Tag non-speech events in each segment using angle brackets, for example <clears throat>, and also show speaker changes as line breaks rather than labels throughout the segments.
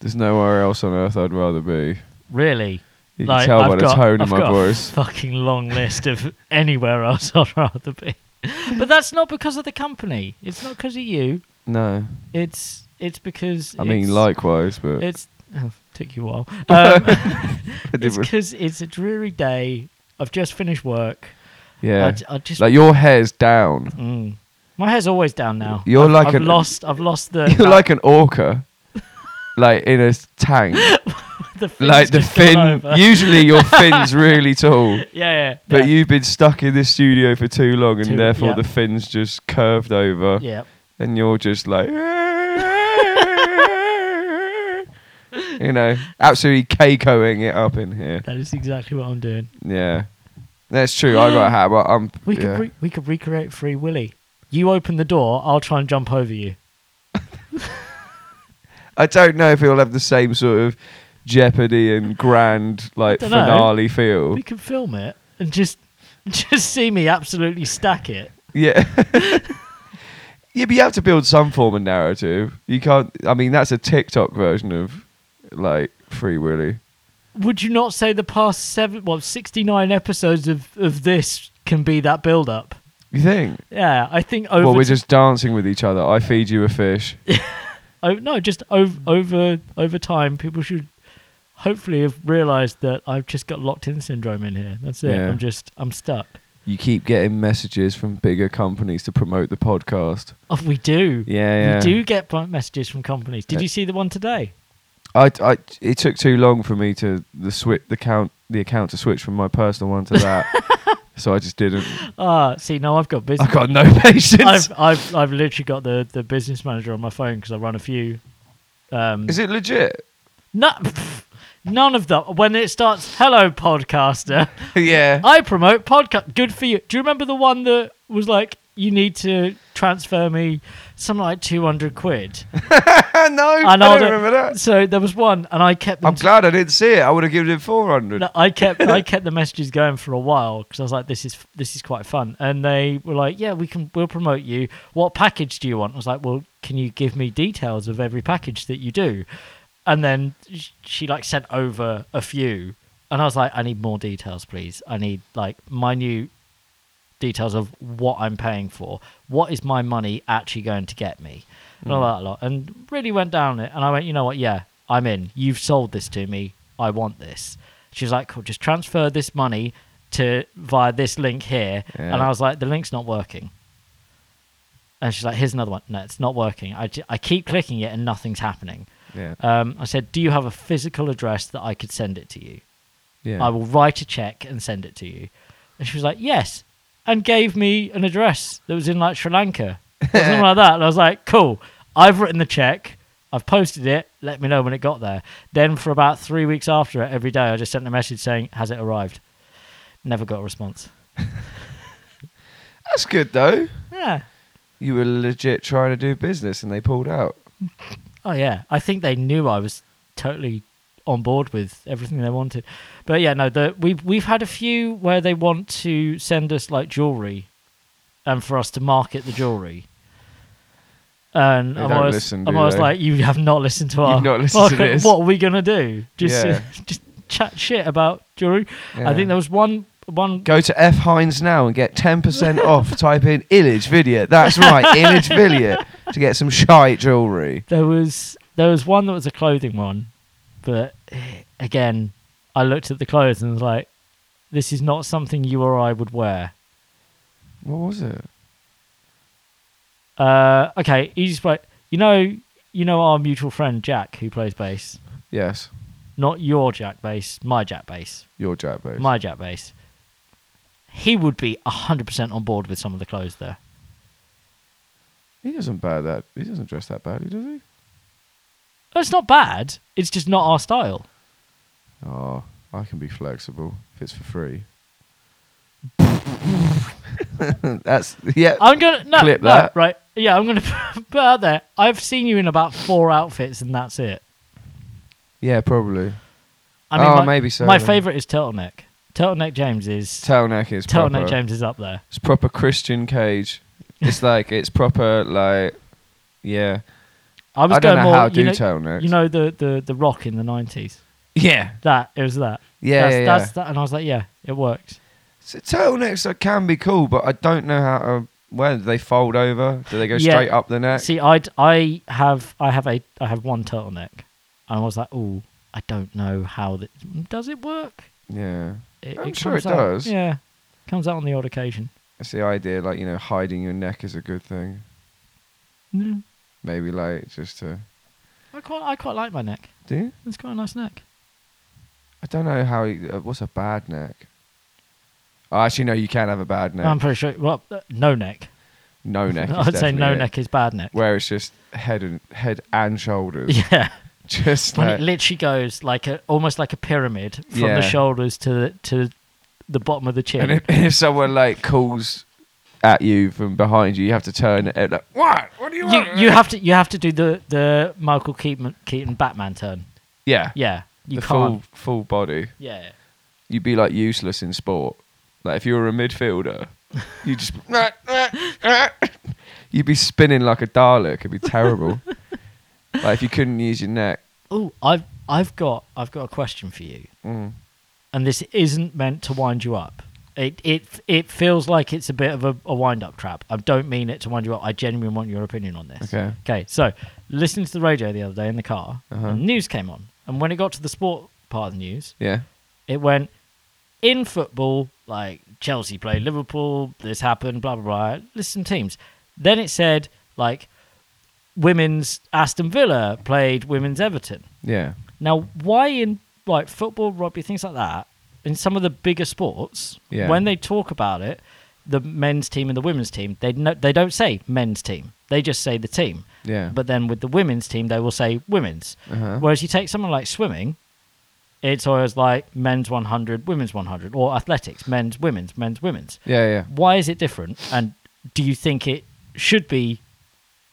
There's nowhere else on earth I'd rather be.
Really?
You can tell by the tone
I've
of my
got
voice.
A fucking long list of anywhere else <laughs> I'd rather be. But that's not because of the company. It's not because of you.
No,
It's it's because
I mean
it's-
likewise, but
it's oh, took you a while.
<laughs>
Um, <laughs>
I
it's
didn't-
because it's a dreary day. I've just finished work.
yeah,
I, j- I just
like your hair's down.
Mm. my hair's always down now.
You're
I've,
like
I've
an-
lost. I've lost the
<laughs> You're
that-
like an
<laughs>
orca, like in a tank,
the
<laughs>
fin's
like the
just gone
fin.
over.
Usually
<laughs>
your fin's really tall,
yeah, yeah,
but
yeah.
you've been stuck in this studio for too long, and
Too-
therefore
yeah.
the fin's just curved over,
yeah.
and you're just
<laughs>
like. You know, absolutely cakeoing it up in here.
That is exactly what I'm doing.
Yeah, that's true. I got a hat, but I'm.
We could
yeah.
re- we could recreate Free Willy. You open the door, I'll try and jump over you.
I don't know if it'll have the same sort of jeopardy and grand like
dunno.
finale feel.
We could film it and just <laughs> just see me absolutely stack it.
Yeah. <laughs> yeah, but you have to build some form of narrative. You can't. I mean, that's a TikTok version of like Free Willy.
Would you not say the past seven, well, sixty nine episodes of of this can be that build up?
You think?
Yeah, I think over.
well, we're
t-
just dancing with each other. I feed you a
<laughs>
fish.
oh, no, just over over over time, people should hopefully have realised that I've just got locked in syndrome in here. That's it.
Yeah.
I'm just I'm stuck.
you keep getting messages from bigger companies to promote the podcast.
Oh, we do.
Yeah, yeah.
We do get bu- messages from companies. Did
Yeah.
you see the one today?
I, I, it took too long for me to the switch the count the account to switch from my personal one to
<laughs>
that, so I just didn't.
Ah, see, now I've got busy.
I got no <laughs> patience.
I've, I've I've literally got the, the business manager on my phone because I run a few. Um,
Is it legit? <laughs>
no, pff, none of that. When it starts, hello podcaster,
yeah.
I promote podcast. Good for you. Do you remember the one that was like, you need to transfer me something like two
<laughs>
hundred quid?
<laughs> no, I,
And
don't
I'll do-
remember
<laughs>
that.
So there was one, and I kept. them
I'm
t-
glad I didn't see it. I would have given it 400.
No, I kept I kept the messages going for a while because I was like, this is this is quite fun, and they were like, yeah, we can we'll promote you. What package do you want? I was like, well, can you give me details of every package that you do? And then sh- she like sent over a few, and I was like, I need more details, please. I need like minute details of what I'm paying for. What is my money actually going to get me? And all that lot. And really went down it. And I went, you know what? Yeah, I'm in. You've sold this to me. I want this. She was like, cool, just transfer this money to via this link here. And
Yeah.
I was like, the link's not working. And she's like, here's another one. No, it's not working. I, j- I keep clicking it and nothing's happening.
Yeah.
Um, I said, do you have a physical address that I could send it to you?
yeah.
I will write a check and send it to you. And she was like, yes. And gave me an address that was in like Sri Lanka or something like that. And I was like, cool. I've written the check. I've posted it. Let me know when it got there. Then for about three weeks after it, every day, I just sent a message saying, has it arrived? Never got a response.
That's good, though.
Yeah.
You were legit trying to do business and they pulled out.
Oh, yeah. I think they knew I was totally on board with everything they wanted. But yeah, no, the, we've, we've had a few where they want to send us like jewelry and for us to market the jewelry. And
They
I'm
don't
always,
listen,
I'm
do
always
they?
like, you have not listened to our.
not listened to
Market-
this."
What are we gonna do? Just,
Yeah.
<laughs> just chat shit about jewelry.
Yeah.
I think there was one, one
Go to F Hines now and get
<laughs>
10% off. Type in Illich Villiers. That's right, Illich Villiers to get some shite jewellery.
There was there was one that was a clothing one, but eh, again, I looked at the clothes and was like, "This is not something you or I would wear."
What was it?
Uh, okay, easiest way. You know, you know our mutual friend Jack who plays bass.
Yes,
Not your Jack bass, my Jack bass,
your Jack Bass.
my Jack bass. He would be hundred percent on board with some of the clothes there.
He doesn't bad that. He doesn't dress that badly, does he?
It's not bad. It's just not our style.
Oh, I can be flexible if it's for free. <laughs> That's yeah.
I'm gonna no,
Clip
no,
that.
right. Yeah, I'm gonna <laughs> put out there. I've seen you in about four outfits, and that's it.
yeah, probably.
I mean,
Oh,
my,
maybe so
My
then.
favorite is turtleneck. Turtleneck James is
Tailneck is
turtleneck
proper.
James is up there.
It's proper Christian Cage. It's like it's proper like yeah.
I was
I don't
going
know
more.
how
you
do
know,
tell next.
you know the, the the rock in the nineties.
yeah,
That it was that.
yeah,
that's,
yeah. yeah.
that's that, and I was like, yeah, it works.
So turtlenecks are- can be cool, but I don't know how to. Where do they fold over? Do they go
Yeah.
straight up the neck?
See, I I have I have a I have one turtleneck, and I was like, oh, I don't know how that does it work.
yeah,
It,
I'm sure
comes
it
out-
does.
Yeah, comes out on the odd occasion.
it's the idea, like you know, hiding your neck is a good thing.
Yeah.
Maybe like just to
I quite I quite like my neck.
do. You?
It's quite a nice neck.
I don't know how. you- Uh, what's a bad neck? Oh, actually, no, you can have a bad neck.
I'm pretty sure. Well, uh, no neck.
no
<laughs>
neck. is
I'd say no
definitely it.
neck is bad neck.
Where it's just head and head and <laughs> shoulders.
yeah,
Just
when it
like,
literally goes like a almost like a pyramid from
Yeah.
the shoulders to the, to the bottom of the chin.
and if, if someone like calls at you from behind you, you have to turn it like what? What do you
you
want?
you have to you have to do the the Michael Keaton Keaton Batman turn.
yeah.
Yeah, you
the full
can't.
full body.
Yeah.
You'd be like useless in sport. Like if you were a
<laughs>
midfielder, you just <laughs> you'd be spinning like a Dalek. It'd be
<laughs>
terrible. like if you couldn't use your neck.
Oh, I've I've got I've got a question for you,
Mm.
and this isn't meant to wind you up. It it it feels like it's a bit of a, a wind up trap. I don't mean it to wind you up. I genuinely want your opinion on this.
Okay.
Okay, so listening to the radio the other day in the car,
Uh-huh.
and news came on, and when it got to the sport part of the news,
Yeah.
it went in football, like Chelsea played Liverpool, this happened, blah blah blah. List some teams. Then it said like women's Aston Villa played women's Everton.
Yeah.
Now, why in like football, rugby, things like that, in some of the bigger sports,
Yeah.
when they talk about it, the men's team and the women's team, they no, they don't say men's team. They just say the team.
Yeah.
But then with the women's team, they will say women's.
Uh-huh.
Whereas you take someone like swimming, it's always like men's 100, women's 100, or athletics, men's, women's, men's, women's.
yeah. Yeah.
Why is it different? And do you think it should be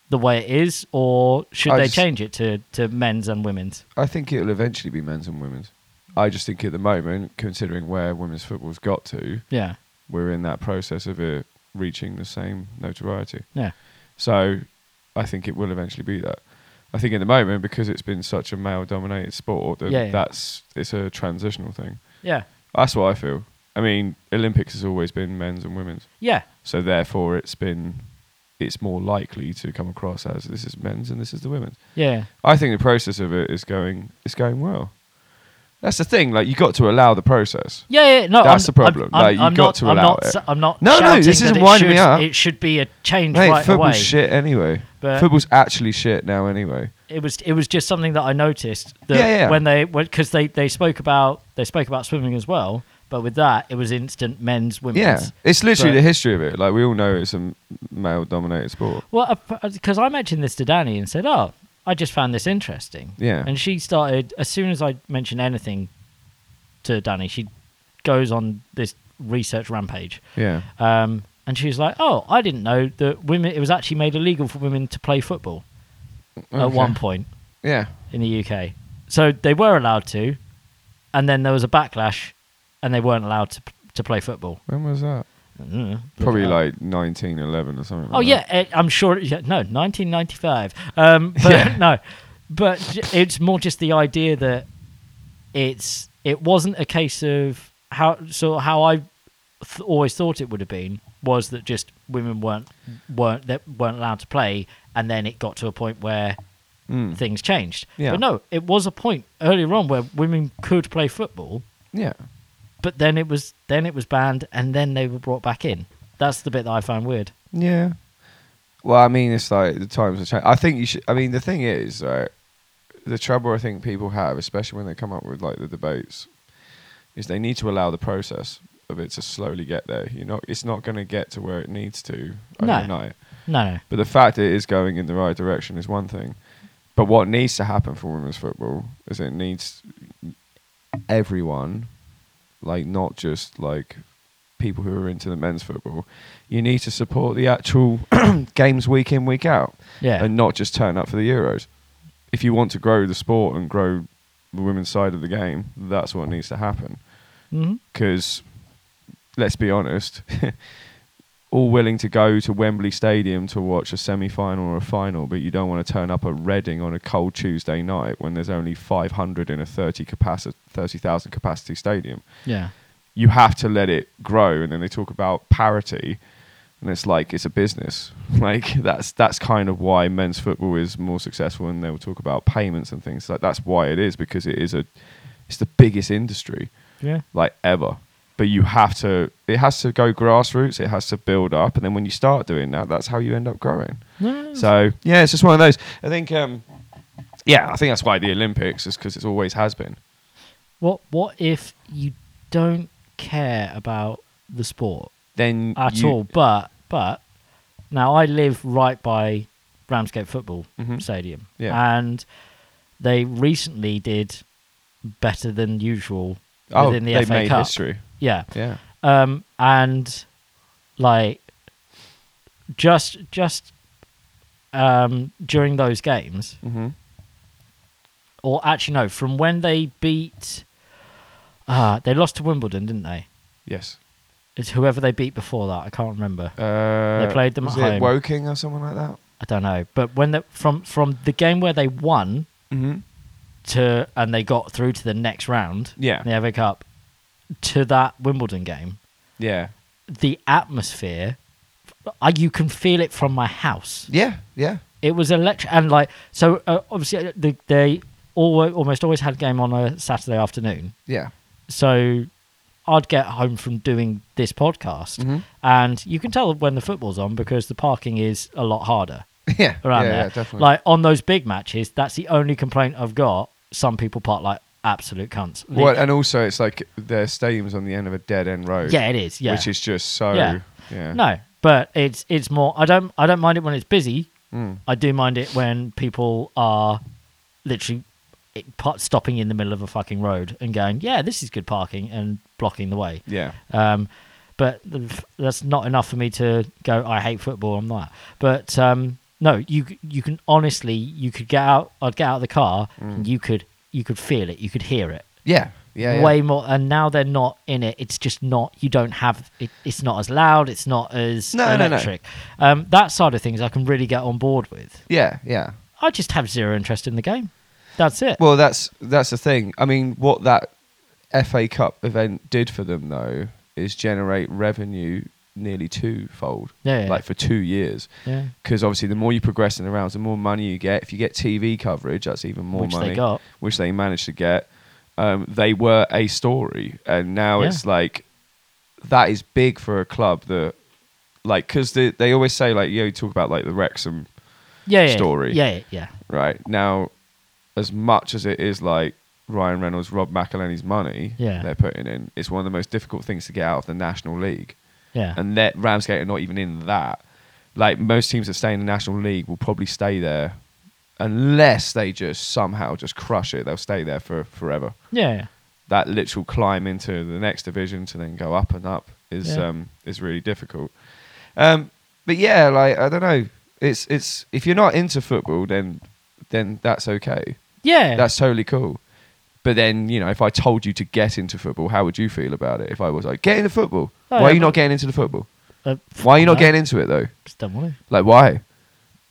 the way it is, or should
I
they
just-
change it to, to men's and women's?
I think it'll eventually be men's and women's. I just think at the moment, considering where women's football's got to,
Yeah.
we're in that process of it reaching the same notoriety.
Yeah.
So I think it will eventually be that. I think at the moment, because it's been such a male dominated sport, that
Yeah, yeah.
that's it's a transitional thing.
Yeah.
That's what I feel. I mean, Olympics has always been men's and women's.
Yeah.
So therefore it's been it's more likely to come across as this is men's and this is the women's.
Yeah.
I think the process of it is going is going well. That's the thing, like you got to allow the process.
Yeah, yeah, no,
That's
I'm,
the problem.
I'm,
No,
I'm,
you've
I'm
got
not,
to
I'm
allow
not,
it.
s- I'm not.
No, no,
shouting
this
that
isn't
it
winding me
should-
up.
It should be a change
Mate,
right
football's
away.
shit anyway.
But-
football's actually shit now anyway.
It was, it was just something that I noticed. That
Yeah, yeah.
When they, because they, they spoke about, they spoke about swimming as well, but with that, it was instant men's, women's.
Yeah, it's literally
But-
the history of it. Like we all know, it's a male-dominated sport.
Well, uh, because I mentioned this to Danny and said, "Oh, I just found this interesting."
Yeah.
And she started as soon as I mentioned anything to Danny, she goes on this research rampage.
Yeah,
Um, and she was like, "Oh, I didn't know that women. It was actually made illegal for women to play football at
Okay.
one point
yeah,
in the UK. So they were allowed to, and then there was a backlash, and they weren't allowed to to play football.
when was that?
I don't know. Look
Probably
it up.
like 1911 or something.
Oh
like
yeah,
that.
eh, I'm sure. Yeah, no, 1995.
<laughs>
Um, but
Yeah.
no, but j- it's more just the idea that it's it wasn't a case of how so how I th- always thought it would have been was that just women weren't weren't that weren't allowed to play, and then it got to a point where
Mm.
things changed.
Yeah.
But no, it was a point earlier on where women could play football,
yeah.
but then it was then it was banned, and then they were brought back in. That's the bit that I find weird.
Yeah. Well, I mean, it's like the times have changed. I think you should. I mean, the thing is, right, the trouble I think people have, especially when they come up with like the debates, is they need to allow the process of it to slowly get there. You're not. It's not going to get to where it needs to
No.
overnight.
No.
But the fact that it is going in the right direction is one thing. But what needs to happen for women's football is it needs everyone, like not just like people who are into the men's football. You need to support the actual <clears throat> games week in, week out,
Yeah.
and not just turn up for the Euros. If you want to grow the sport and grow the women's side of the game, that's what needs to happen
Mhm.
because let's be honest, <laughs> all willing to go to Wembley Stadium to watch a semi final or a final, but you don't want to turn up at Reading on a cold Tuesday night when there's only 500 in a 30 capacity, 30,000 capacity stadium.
Yeah.
You have to let it grow. And then they talk about parity. And it's like it's a business. <laughs> Like that's that's kind of why men's football is more successful, and they will talk about payments and things like that's why it is because it is a it's the biggest industry
Yeah.
like ever. But you have to, it has to go grassroots, it has to build up. And then when you start doing that, that's how you end up growing.
No.
So, yeah, it's just one of those. I think, um, yeah, I think that's why the Olympics is because it always has been.
What What if you don't care about the sport
Then,
at
you-
all? But but now I live right by Ramsgate Football Stadium,
Mm-hmm. Yeah.
and they recently did better than usual
Oh,
within the
they've
FA
made
Cup.
history.
Yeah,
Yeah.
um, and like just just um, during those games,
Mm-hmm.
or actually no, from when they beat, uh, they lost to Wimbledon, didn't they?
Yes.
It's whoever they beat before that. I can't remember.
Uh,
played them
was
at
it
home.
Woking or someone like that?
I don't know, but when the, from from the game where they won
Mm-hmm.
to and they got through to the next round,
Yeah.
in the FA Cup, to that Wimbledon game,
Yeah.
the atmosphere, uh, you can feel it from my house.
Yeah. Yeah.
It was electric, and like so. Uh, obviously, uh, the, they all, almost always had game on a Saturday afternoon.
Yeah. <laughs>
So I'd get home from doing this podcast,
Mhm.
and you can tell when the football's on because the parking is a lot harder
Yeah.
around
yeah,
there.
yeah, definitely.
Like on those big matches, that's the only complaint I've got. Some people park like absolute cunts. The-
well, and also, it's like their stadium's on the end of a dead end road.
yeah, it is. Yeah,
Which is just so.
Yeah.
Yeah.
no, but it's it's more. I don't I don't mind it when it's busy.
Mm.
I do mind it when people are literally it- pa- stopping in the middle of a fucking road and going, "Yeah, this is good parking," and blocking the way.
Yeah.
Um, but the f- that's not enough for me to go. I hate football. I'm not. But um, no, you c- you can honestly you could get out. I'd get out of the car. And you could you could feel it. You could hear it.
Yeah. Mm. Yeah. yeah.
Way more. And now they're not in it. It's just not. You don't have. It, it's not as loud. It's not as
No, no, no.
electric. Um, that side of things, I can really get on board with.
Yeah. Yeah.
I just have zero interest in the game. That's it.
Well, that's that's the thing. I mean, what that FA Cup event did for them though is generate revenue nearly twofold.
Yeah, yeah.
Like for two years,
yeah.
because obviously the more you progress in the rounds, the more money you get. If you get TV coverage, that's even more
Which they
money,
got.
which they managed to get. Um, they were a story, and now
Yeah.
it's like that is big for a club that, like, because they, they always say like you know, you talk about like the Wrexham
Yeah. yeah,
Story.
Yeah. Yeah.
right now as much as it is like ryan reynolds rob McElhenney's money
Yeah.
they're putting in it's one of the most difficult things to get out of the national league
Yeah.
and that ramsgate are not even in that like most teams that stay in the national league will probably stay there unless they just somehow just crush it they'll stay there for forever
yeah. yeah.
that literal climb into the next division to then go up and up is
Yeah.
um, is really difficult. Um, but yeah, like I don't know, it's it's if you're not into football, then then that's okay.
Yeah.
That's totally cool. But then you know, if I told you to get into football, how would you feel about it? If I was like, get into football,
Oh,
why
yeah,
are you
but-
not getting into the football?
Uh,
Why are you not
no,
getting into it though?
Just don't want to.
Like why?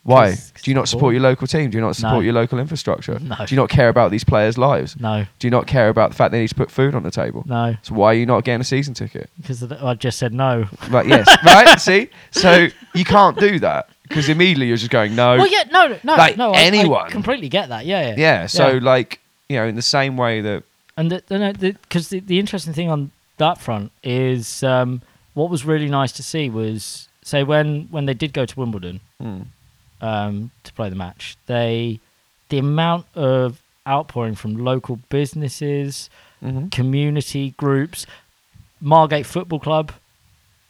Why
'Cause- 'cause
do you not
it's
support
boring.
your local team? Do you not support
No.
your local infrastructure?
No.
Do you not care about these players' lives?
No,
Do you not care about the fact they need to put food on the table?
no,
So why are you not getting a season ticket?
because I just said no.
Right, yes, <laughs> right. See, so you can't do that because immediately you're just going no.
Well, yeah, no, no,
Oh. Like
no. I- I,
anyone.
completely get that. Yeah, yeah.
Yeah, So like you know, in the same way that
and the, the, no, the, 'cause the, the interesting thing on that front is um, what was really nice to see was say when when they did go to Wimbledon
mm,
um, to play the match, they the amount of outpouring from local businesses,
Mhm.
community groups, Margate Football Club,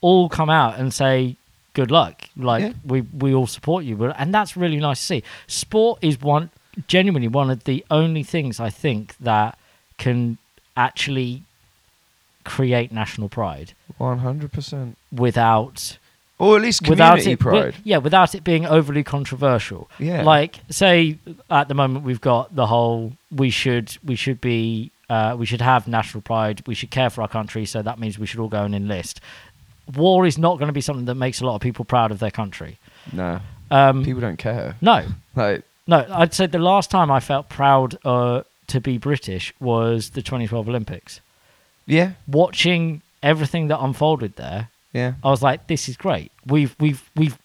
all come out and say, "Good luck! Like
Yeah.
we we all support you," But- and that's really nice to see. Sport is one genuinely one of the only things I think that can actually create national pride
one hundred percent,
without
or at least
without
community
it
pride.
yeah without it being overly controversial
Yeah.
like say at the moment we've got the whole we should we should be uh, we should have national pride we should care for our country so that means we should all go and enlist war is not going to be something that makes a lot of people proud of their country.
No,
Um,
people don't care.
no,
Like,
no. I'd say the last time I felt proud uh, to be British was the 2012 Olympics.
yeah,
Watching everything that unfolded there,
yeah,
I was like, "This is great. We've we've we've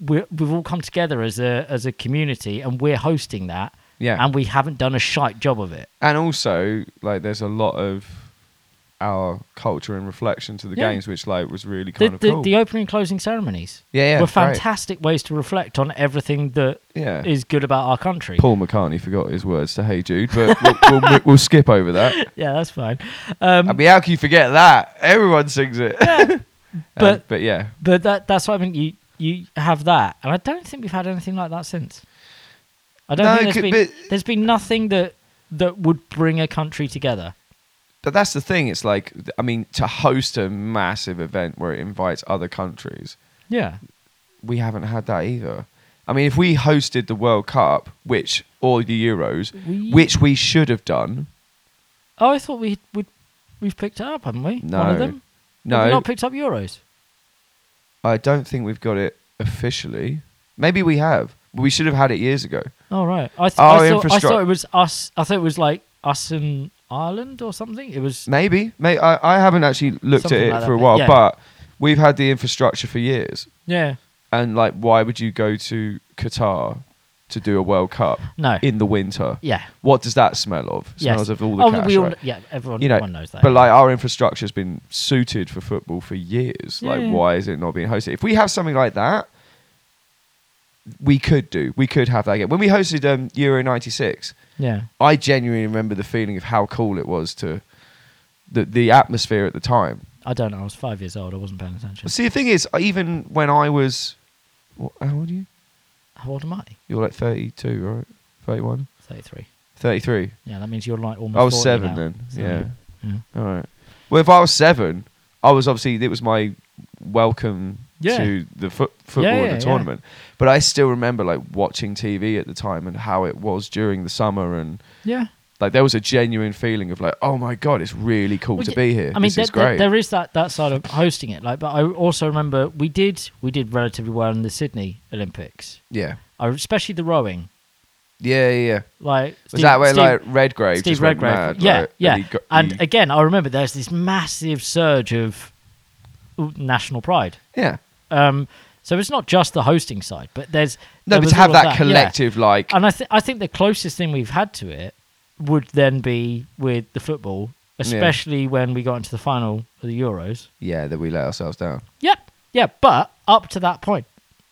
we're, we've all come together as a as a community, and we're hosting that,
yeah.
and we haven't done a shite job of it."
and also like there's a lot of our culture and reflection to the
Yeah.
games, which like was really
The,
kind of
the,
cool.
the opening and closing ceremonies
yeah, yeah,
were
great.
fantastic ways to reflect on everything that
Yeah.
is good about our country.
Paul McCartney forgot his words to "Hey Jude,"
<laughs>
but we'll, we'll, we'll skip over that.
Yeah, that's fine. Um,
I mean, how can you forget that? Everyone sings it. <laughs> Um,
but-
but yeah,
but that that's what I mean. You you have that, and I don't think we've had anything like that since. I don't
No,
think
c-
there's been there's been nothing that that would bring a country together.
But that's the thing. It's like, I mean, to host a massive event where it invites other countries,
Yeah,
we haven't had that either. I mean, if we hosted the World Cup, which or the Euros,
We-
which we should have done,
Oh, I thought we would. We've picked it up, haven't we? One
No.
of them. Have we
no,
not picked up euros.
I don't think we've got it officially. Maybe we have. But we should have had it years ago.
All Oh, right. I, th-
Our
I, thought, I
infrastruc-
thought it was us. I thought it was like us and Ireland or something. It was.
Maybe. May I, I haven't actually looked
Something
at it
like that,
for a
but-
while,
yeah.
but we've had the infrastructure for years.
Yeah.
And like, why would you go to Qatar to do a World Cup
No.
in the winter?
yeah.
What does that smell of?
Yes.
Smells of all the
oh,
cash,
we all,
right?
Yeah. Everyone,
you know,
everyone knows that.
but like our infrastructure has been suited for football for years.
Yeah.
Like, why is it not being hosted? If we have something like that, we could do. We could have that again. When we hosted um, Euro '96,
yeah.
I genuinely remember the feeling of how cool it was to the the atmosphere at the time.
I don't know. I was five years old. I wasn't paying attention.
See, the thing is, even when I was, what, how old are you?
How old am I?
You're like 32, right? 31,
Thirty-three.
33.
Yeah, that means you're like almost.
I was
40
seven
now.
then.
So,
yeah.
yeah.
All right. Well, if I was seven, I was obviously it was my welcome
Yeah.
to the foot, football
Yeah,
and
yeah,
the tournament. But I still remember like watching TV at the time and how it was during the summer and
Yeah.
like there was a genuine feeling of like, oh my god, it's really cool
Well,
to
yeah,
be here.
I mean,
this
there,
is great.
there is that, that side of hosting it. Like, but I also remember we did we did relatively well in the Sydney Olympics,
yeah,
I, Uh, especially the rowing.
yeah, yeah. yeah.
Like
Was that where like Redgrave?
Steve
just went
Redgrave?
mad,
yeah,
like,
yeah.
And, he got-
and
he-
again, I remember there's this massive surge of national pride.
yeah.
Um, so it's not just the hosting side, but there's
No,
there
but
was
to have
all of
that,
yeah. Um,
collective like
And I think I think the closest thing we've had to it would then be with the football, especially when we got into the final of the Euros.
yeah that we let ourselves down
Yep, yeah. But up to that point,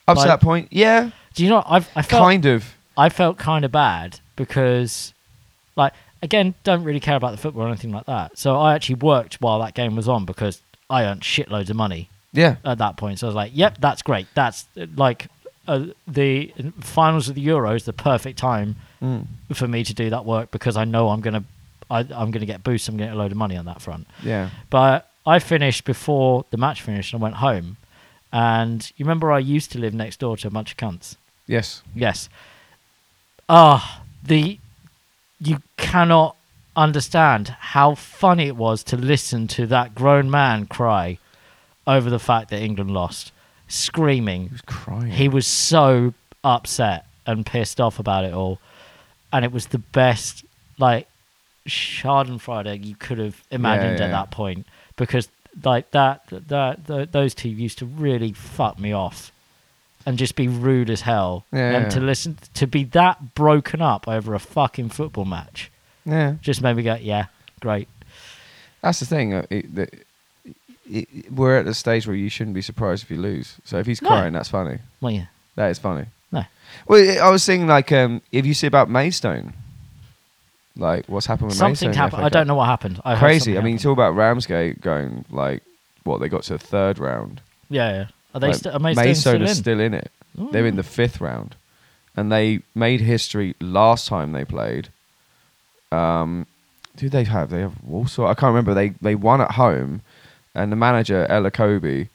up
Like-
to that point. Yeah,
do you know? I've I felt
kind of.
I felt kind of bad because, like, again, don't really care about the football or anything like that. So I actually worked while that game was on because I earned shitloads of money
Yeah,
at that point. So I was like, yep, that's great. That's uh, like uh, the finals of the Euros, the perfect time for me to do that work because I know I'm gonna, I, I'm gonna get boosts. I'm gonna get a load of money on that front.
yeah.
But I finished before the match finished and I went home. And you remember I used to live next door to a bunch of cunts.
Yes.
Yes. Ah, the you cannot understand how funny it was to listen to that grown man cry over the fact that England lost, screaming.
He was crying.
He was so upset and pissed off about it all, and it was the best like Schadenfreude you could have imagined
yeah,
at
yeah.
that point because like that that, that those two used to really fuck me off and just be rude as hell
Yeah,
and
yeah.
to listen to be that broken up over a fucking football match
yeah.
just made me go yeah great
That's the thing. uh, It, that it, we're at the stage where you shouldn't be surprised if you lose. So if he's
No.
crying, that's funny.
well yeah
That is funny.
no
Well, it- I was thinking like um, if you see about Maidstone, like what's happened with
something
Maidstone?
happened I don't know what happened I heard
Crazy.
something
I mean,
happened.
talk about Ramsgate going like what they got to the third round.
yeah, yeah are they
Like,
st- are Maidstone still in?
is still in it. They're in the fifth round, and they made history last time they played. Um, who they have? They have Walsall. I can't remember. They they won at home, and the manager Ella Kobe,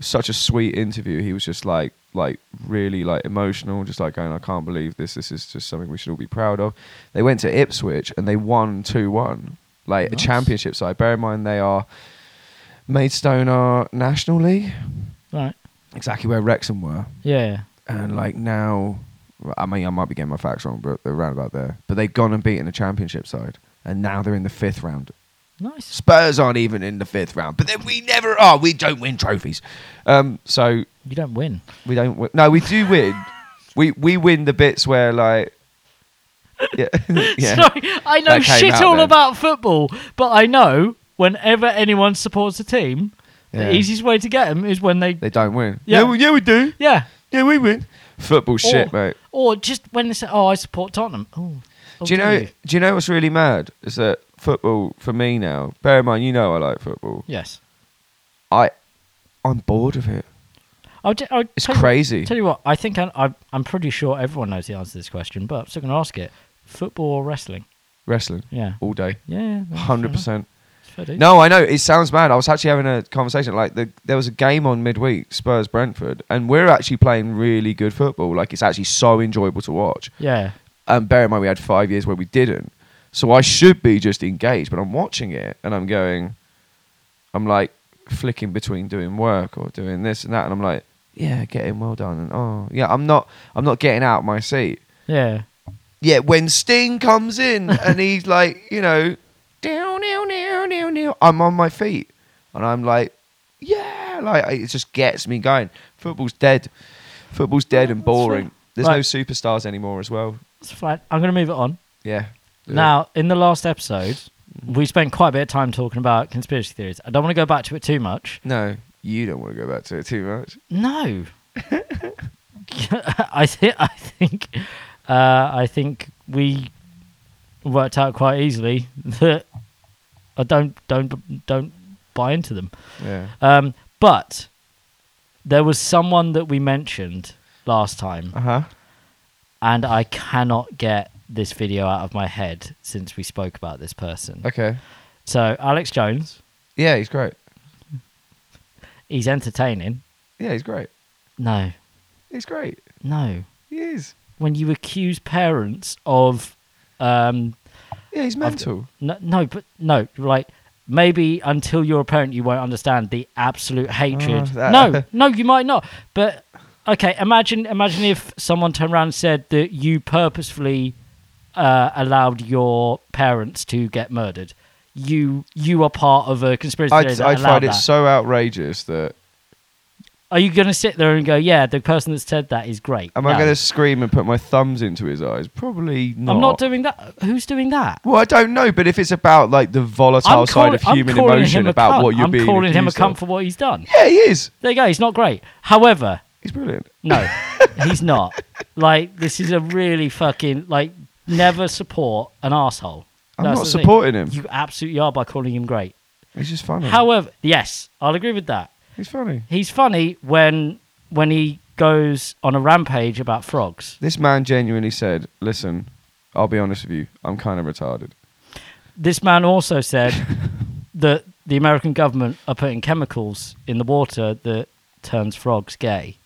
such a sweet interview. He was just like like really like emotional, just like going, I can't believe this. This is just something we should all be proud of. They went to Ipswich and they won two one, like
Nice.
a championship side. Bear in mind they are Maidstone are National League,
Right.
exactly where Wrexham were,
Yeah.
and like now, I mean, I might be getting my facts wrong, but they're around about there. But they've gone and beaten a championship side, and now they're in the fifth round.
Nice.
Spurs aren't even in the fifth round, but then we never are. We don't win trophies. Um, so
You don't win.
we don't. Win. No, we do win. we we win the bits where like, <laughs> yeah, <laughs> yeah.
<laughs> Sorry, I know
That came
shit
out
all
then.
about football, but I know whenever anyone supports a team,
Yeah.
the easiest way to get them is when they,
They don't win.
Yeah. Oh.
yeah, we, yeah, we do.
yeah,
Yeah, we win. Football shit, mate.
or just when they say, "Oh, I support Tottenham." Oh, oh,
Do you know? Do you know what's really mad is that football for me now. Bear in mind, you know I like football.
Yes,
I, I'm bored of it.
I'll, ju- I'll
It's
tell you-
crazy.
tell you what, I think I, I, I'm pretty sure everyone knows the answer to this question, but I'm still going to ask it: football or wrestling?
Wrestling
Yeah,
all day,
yeah, that's fair
hundred
enough.
percent.
It's fair dues.
No, I know it sounds bad. I was actually having a conversation. Like the, there was a game on midweek, Spurs Brentford, and we're actually playing really good football. Like it's actually so enjoyable to watch.
yeah,
And bear in mind, we had five years where we didn't. So I should be just engaged, but I'm watching it and I'm going, I'm like flicking between doing work or doing this and that, and I'm like, yeah, getting well done, and oh yeah, I'm not, I'm not getting out my seat.
yeah,
Yeah, when Sting comes
<laughs>
in and he's like, you know, down, down, down, down, down, I'm on my feet, and I'm like, yeah, like it just gets me going. Football's dead. Football's dead and
That's fair.
boring. There's no
Right.
superstars anymore as well.
it's fine. I'm going to move it on.
Yeah.
Now, in the last episode, we spent quite a bit of time talking about conspiracy theories. I don't want to go back to it too much.
No, you don't want to go back to it too much.
No, <laughs> I think I think uh, I think we worked out quite easily that I don't don't don't buy into them.
Yeah.
Um, but there was someone that we mentioned last time,
Uh huh.
and I cannot get this video out of my head since we spoke about this person.
Okay.
So Alex Jones,
Yeah, he's great.
he's entertaining.
Yeah, he's great.
No,
He's great.
no.
He is.
When you accuse parents of, um,
Yeah, he's mental.
no, no, but no, like maybe until you're a parent, you won't understand the absolute hatred.
Oh, that- <laughs>
no, no, you might not. But okay, imagine, imagine if someone turned around and said that you purposefully uh, allowed your parents to get murdered. You, you are part of a conspiracy theory
I'd,
that
I'd
allowed
find it
that.
so outrageous that
Are you going to sit there and go, yeah, the person that said that is great?
am
No.
I going to scream and put my thumbs into his eyes? Probably not.
I'm not doing that. Who's doing that?
well, I don't know, but if it's about like the volatile
I'm
side of
calling- I'm
human
calling
emotion,
him a
about
cunt.
what you're
I'm
being
calling him a
accused of-
cunt for what he's done.
Yeah, he is.
There you go. He's not great. However,
He's brilliant. <laughs>
no, he's not. Like this is a really fucking like never support an asshole.
I'm
That's
not
the thing.
supporting him.
You absolutely are by calling him great.
He's just funny.
However, yes, I'll agree with that.
he's funny.
He's funny when when he goes on a rampage about frogs.
This man genuinely said, "Listen, I'll be honest with you. I'm kind of retarded."
This man also said <laughs> that the American government are putting chemicals in the water that turns frogs
<coughs>
gay.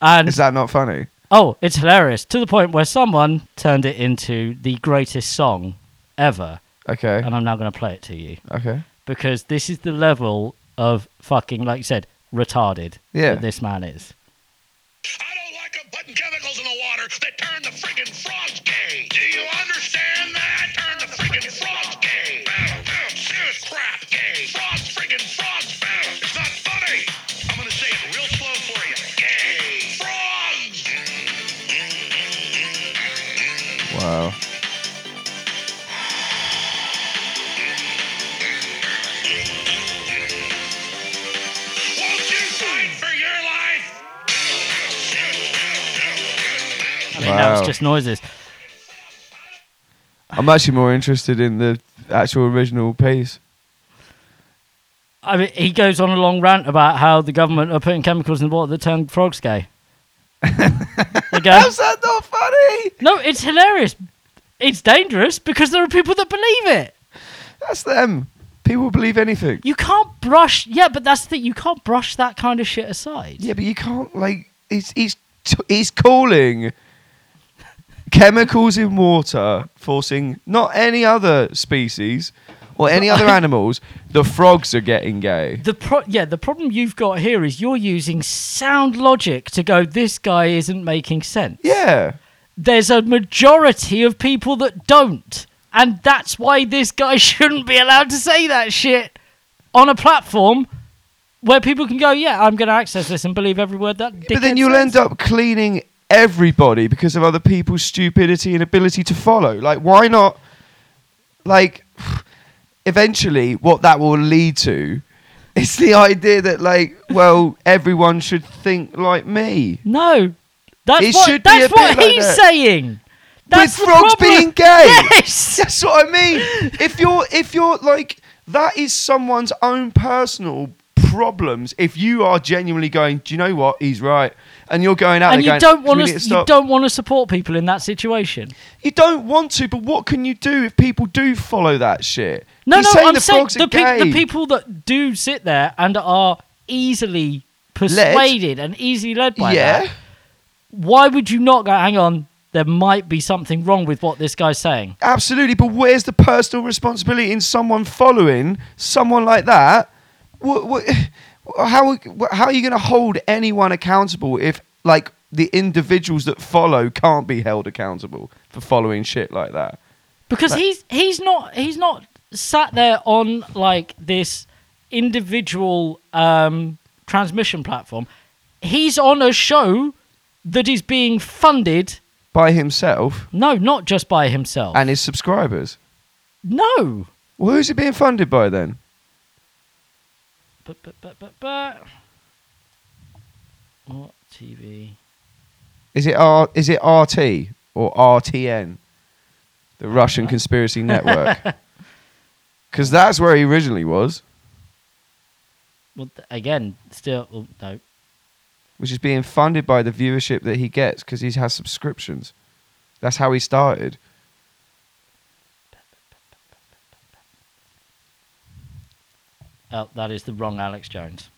and
Is that not funny?
oh, it's hilarious to the point where someone turned it into the greatest song ever.
Okay.
And I'm now going to play it to you
Okay.
because this is the level of fucking, like you said, retarded
Yeah.
that this man is.
I don't like them putting chemicals in the water that turn the friggin' frogs gay. Do you understand that? Turn the friggin' frogs gay. Bow, bow, serious crap gay. Frogs friggin' frogs. Bow. It's not funny. I'm gonna say it real slow for you. Gay. Frogs.
Wow.
Won't you fight for your life?
I mean, that
Wow.
was just noises.
I'm actually more interested in the actual original piece.
I mean, he goes on a long rant about how the government are putting chemicals in the water that turn
<laughs>
frogs gay. Again,
How's that not funny?
no, it's hilarious. It's dangerous because there are people that believe it.
That's them. People believe anything.
You can't brush. Yeah, but that's the thing. You can't brush that kind of shit aside.
Yeah, but you can't like. He's he's t- he's calling chemicals in water forcing not any other species or any other animals. The frogs are getting gay.
The pro- yeah, the problem you've got here is you're using sound logic to go. This guy isn't making sense.
Yeah.
There's a majority of people that don't, and that's why this guy <laughs> shouldn't be allowed to say that shit on a platform where people can go. Yeah, I'm going to access this and believe every word that.
but then you'll end up cleaning everybody because of other people's stupidity and ability to follow. Like, why not? Like, eventually, what that will lead to is the idea that, like, well, everyone should think like me.
No, that's
It
what
should be
that's
a
what
bit like
he's
that.
saying. That's
With
the
frogs
problem.
being gay. <laughs>
Yes.
That's what I mean. If you're, if you're like, that is someone's own personal problems. If you are genuinely going, do you know what? He's right. And you're going out
and
there going,
you don't
"Should we
want
get
to you
stopped?"
don't want to support people in that situation.
You don't want to, but what can you do if people do follow that shit?
No,
He's
no,
saying
I'm
the
saying
frogs
the,
are
pe- the
gay.
people that do sit there and are easily persuaded and easily led by
Yeah,
that. Why would you not go? Hang on, there might be something wrong with what this guy's saying.
absolutely. But where's the personal responsibility in someone following someone like that? What, what, <sighs> how how are you going to hold anyone accountable if like the individuals that follow can't be held accountable for following shit like that?
Because he's he's not he's not sat there on like this individual um, transmission platform. He's on a show that is being funded
By himself
no, not just by himself.
and his subscribers.
no.
Well, who's it being funded by then?
But but but but but what TV?
Is it R? Is it RT or RTN? The Russian conspiracy network. Because that's where he originally was,
Well, th- again, still oh, no.
which is being funded by the viewership that he gets because he has subscriptions. That's how he started.
Oh, that is the wrong Alex Jones.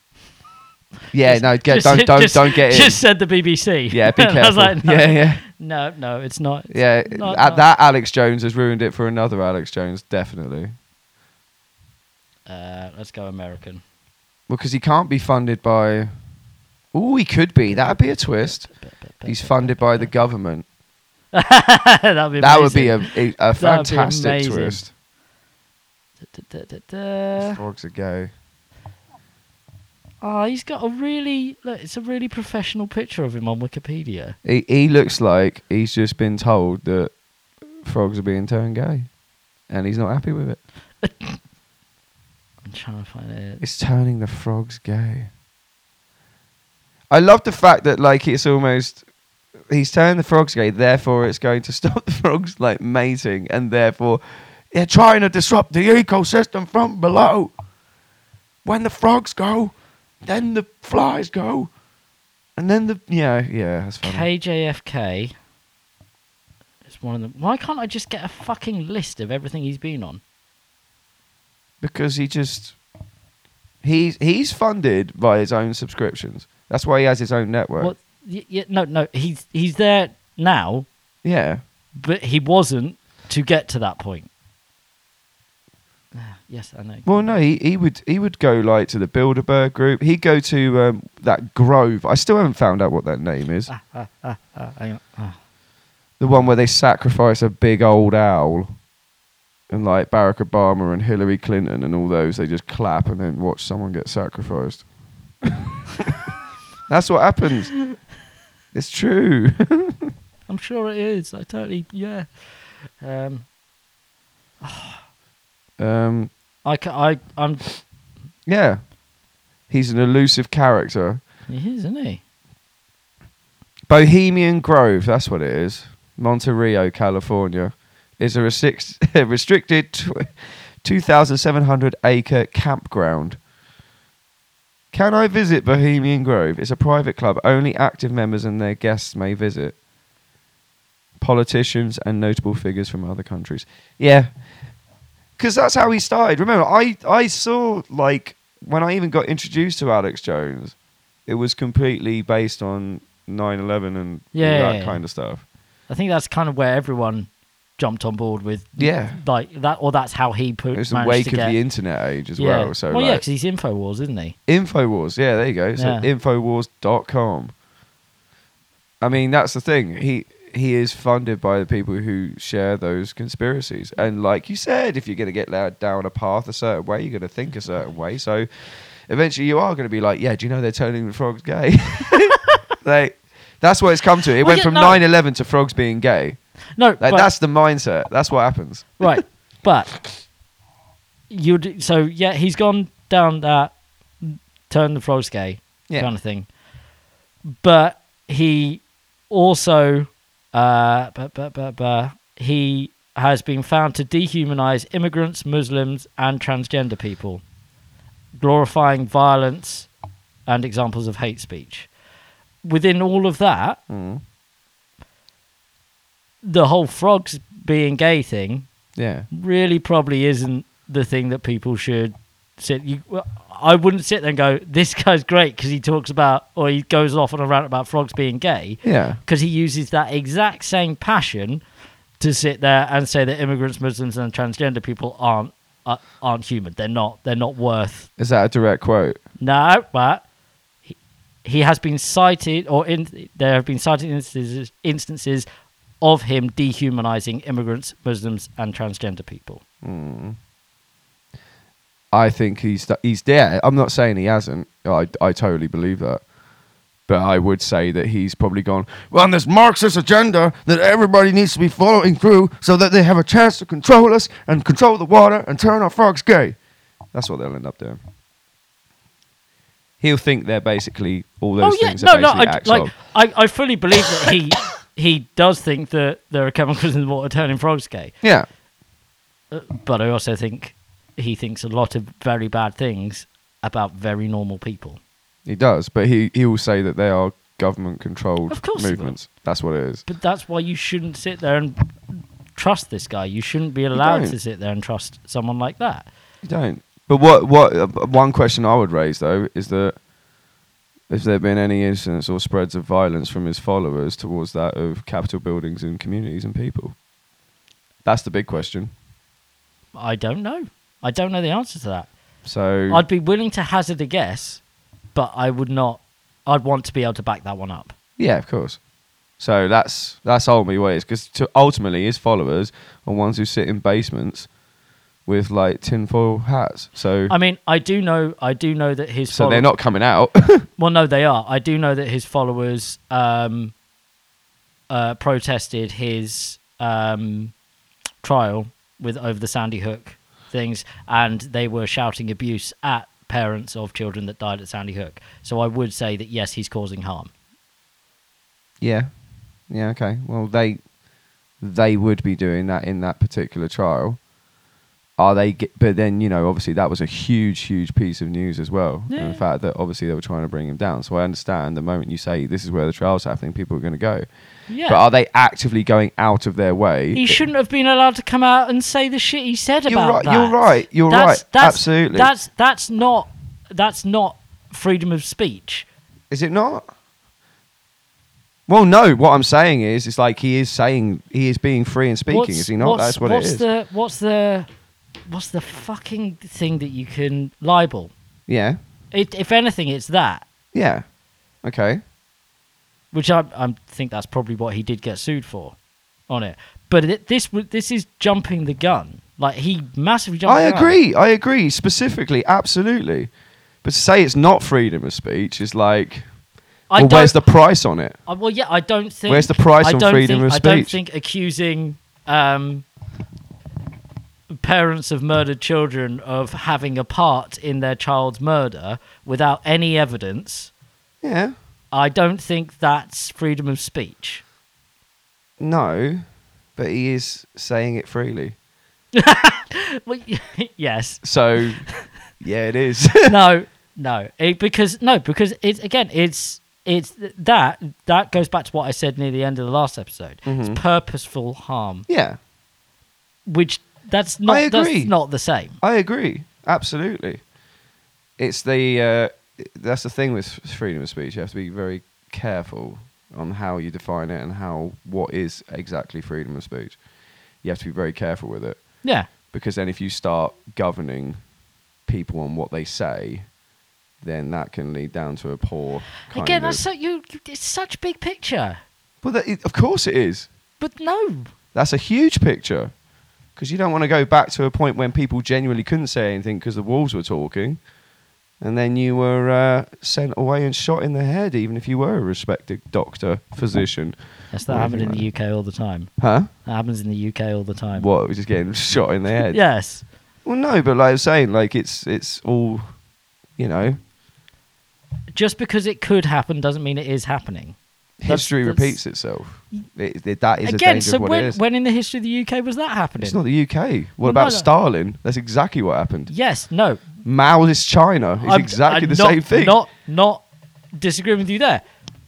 Yeah, no, get,
Just-
don't don't
just-
don't get in.
Just said the
<laughs>
BBC.
yeah, be
And
careful.
<laughs> I was like, no,
Yeah, yeah,
no, no, it's not. It's
yeah.
not-
At
not-
that, Alex Jones has ruined it for another Alex Jones, definitely.
Uh, let's go American.
Well, because he can't be funded by. Oh, he could be. That'd be a twist.
<laughs>
He's funded by the government.
That'd be
That would be
amazing.
a, a, a fantastic
amazing.
twist.
Da, da, da, da.
Frogs are gay.
Oh, he's got a really. Look, it's a really professional picture of him on Wikipedia.
He, he looks like he's just been told that frogs are being turned gay, and he's not happy with it.
I'm trying to find it.
It's turning the frogs gay. I love the fact that like it's almost he's turning the frogs gay, therefore it's going to <laughs> stop the frogs like mating, and therefore they're trying to disrupt the ecosystem from below. When the frogs go, then the flies go, and then the yeah yeah that's funny.
KJFK is one of them. Why can't I just get a fucking list of everything he's been on?
because he just he's he's funded by his own subscriptions. That's why he has his own network.
What? Y- y- no, no, he's he's there now,
Yeah,
but he wasn't to get to that point. <sighs> Ah, Yes, I know.
Well, no, he, he would he would go like to the Bilderberg group. He'd go to um, that Grove. I still haven't found out what that name is.
Ah, hang on. Ah.
The one where they sacrifice a big old owl, and like Barack Obama and Hillary Clinton and all those, they just clap and then watch someone get sacrificed. <laughs> That's what happens. It's true. <laughs>
I'm sure it is. I totally, yeah. Um,
um,
I, ca- I, I'm.
yeah, he's an elusive character.
He is, isn't he?
Bohemian Grove, that's what it is. Monterey, California, is a restrict, <laughs> restricted tw- 2,700 acre campground. Can I visit Bohemian Grove? It's a private club. Only active members and their guests may visit. Politicians and notable figures from other countries. Yeah. Because that's how he started. Remember, I, I saw, like, when I even got introduced to Alex Jones, it was completely based on 9 11 and all
Yeah.
that kind of stuff.
I think that's kind of where everyone jumped on board with
Yeah.
like that, or that's how he put
It was the
managed
wake
to
of
get.
the internet age as
yeah.
well. So
well, yeah,
like,
because he's Infowars, isn't he?
Infowars. Yeah, there you go. So
Yeah.
infowars.com. I mean, that's the thing. He he is funded by the people who share those conspiracies. And like you said, if you're going to get led down a path a certain way, you're going to think a certain way. So eventually you are going to be like, yeah, do you know they're turning the frogs gay? <laughs> like that's what it's come to. It
Well,
went
yeah,
from
no.
9/11 to frogs being gay.
No,
Like
but-
that's the mindset. That's what happens.
right. But you'd so yeah, he's gone down that turn the frogs gay
Yeah.
kind of thing. But he also uh but, but, but, but, he has been found to dehumanize immigrants, Muslims and transgender people, glorifying violence and examples of hate speech. Within all of that,
Mm.
the whole frogs being gay thing
Yeah.
really probably isn't the thing that people should sit. You, well, I wouldn't sit there and go, "This guy's great" because he talks about or he goes off on a rant about frogs being gay
Yeah.
because he uses that exact same passion to sit there and say that immigrants, Muslims, and transgender people aren't uh, aren't human. They're not. They're not worth.
Is that a direct quote?
No, but. he- He has been cited, or in, there have been cited instances, instances of him dehumanizing immigrants, Muslims, and transgender people.
I think he's th- he's there. I'm not saying he hasn't. I I totally believe that. But I would say that he's probably gone. Well, on this Marxist agenda that everybody needs to be following through, so that they have a chance to control us and control the water and turn our frogs gay. That's what they'll end up doing. He'll think they're basically all those
Oh,
things are basically
I,
acts of.
like I, I fully believe that he <coughs> he does think that there are chemicals in the water turning frogs gay, Uh,
Yeah,
but I also think he thinks a lot of very bad things about very normal people.
he does. But he he will say that they are government controlled
Of course he will.
movements. That's what it is.
But that's why you shouldn't sit there and trust this guy. You shouldn't be allowed
don't.
to sit there and trust someone like that.
You don't. But what what uh, one question I would raise though is that if there been any incidents or spreads of violence from his followers towards that of capital buildings and communities and people? That's the big question.
I don't know. I don't know the answer to that.
So
I'd be willing to hazard a guess, but I would not. I'd want to be able to back that one up.
yeah, of course. So that's that's ultimately what it is because ultimately his followers are ones who sit in basements with like tinfoil hats. So
I mean, I do know. I do know that his
Mm. so
follow-
they're not coming out. <laughs>
Well, no, they are. I do know that his followers um, uh, protested his um, trial with over the Sandy Hook things, and they were shouting abuse at parents of children that died at Sandy Hook. So I would say that yes, he's causing harm.
Yeah. Yeah, okay. Well they they would be doing that in that particular trial. Are they ge- but then, you know, obviously that was a huge, huge piece of news as well. And
Yeah.
the fact that obviously they were trying to bring him down. So I understand the moment you say this is where the trial's happening, people are gonna go.
Yeah,
But are they actively going out of their way?
he shouldn't have been allowed to come out and say the shit he said
You're
about
right,
that.
you're right, you're right, absolutely.
That's that's not that's not freedom of speech.
Is it not? Well, no, what I'm saying is it's like he is saying he is being free and speaking,
What's-
is he not?
what's-
That's what
what's
it is.
The, what's the what's the fucking thing that you can libel?
yeah.
It, if anything, it's that.
Yeah. Okay.
Which I, I think that's probably what he did get sued for, on it. But it, this w- this is jumping the gun. Like he massively jumped.
I
the gun.
agree. I agree. Specifically, absolutely. But to say it's not freedom of speech is like,
I
well,
don't-
where's the price on it?
I- well, yeah, I don't think.
Where's the price
I
on
don't
freedom
think-
of
I don't
speech?
think accusing um, parents of murdered children of having a part in their child's murder without any evidence.
Yeah.
I don't think that's freedom of speech.
No. But he is saying it freely.
Well, <laughs> yes.
So, yeah, it is. <laughs>
No. No. It, because no. Because it's again. It's it's th- that that goes back to what I said near the end of the last episode. It's purposeful harm,
yeah.
which that's not.
I agree.
That's not the same.
I agree. Absolutely. It's the uh, that's the thing with freedom of speech. You have to be very careful on how you define it and how what is exactly freedom of speech. You have to be very careful with it
Yeah.
because then if you start governing people on what they say, then that can lead down to a poor kind
Again,
of.
that's so you, you. It's such big picture,
well, that, it- of course it is.
but no.
That's a huge picture because you don't want to go back to a point when people genuinely couldn't say anything because the wolves were talking, and then you were uh, sent away and shot in the head, even if you were a respected doctor, physician,
That's that
Well, I
happened in
think
the UK all the time.
huh?
That happens in the UK all the time.
What? Just getting <laughs> shot in the head?
Yes.
Well, no, but like I'm saying, like it's it's all, you know,
Just because it could happen doesn't mean it is happening. That's-
history
that's-
repeats itself. It, it- that is a
Again,
danger
so
of what
when,
it is.
when in the history of the UK was that happening?
it's not the UK. What
Well,
about
no, no.
Stalin? That's exactly what happened.
yes, no.
Mao's is China. It's
I'm-
exactly
I'm
the
not-
same thing.
Not not disagreeing with you there,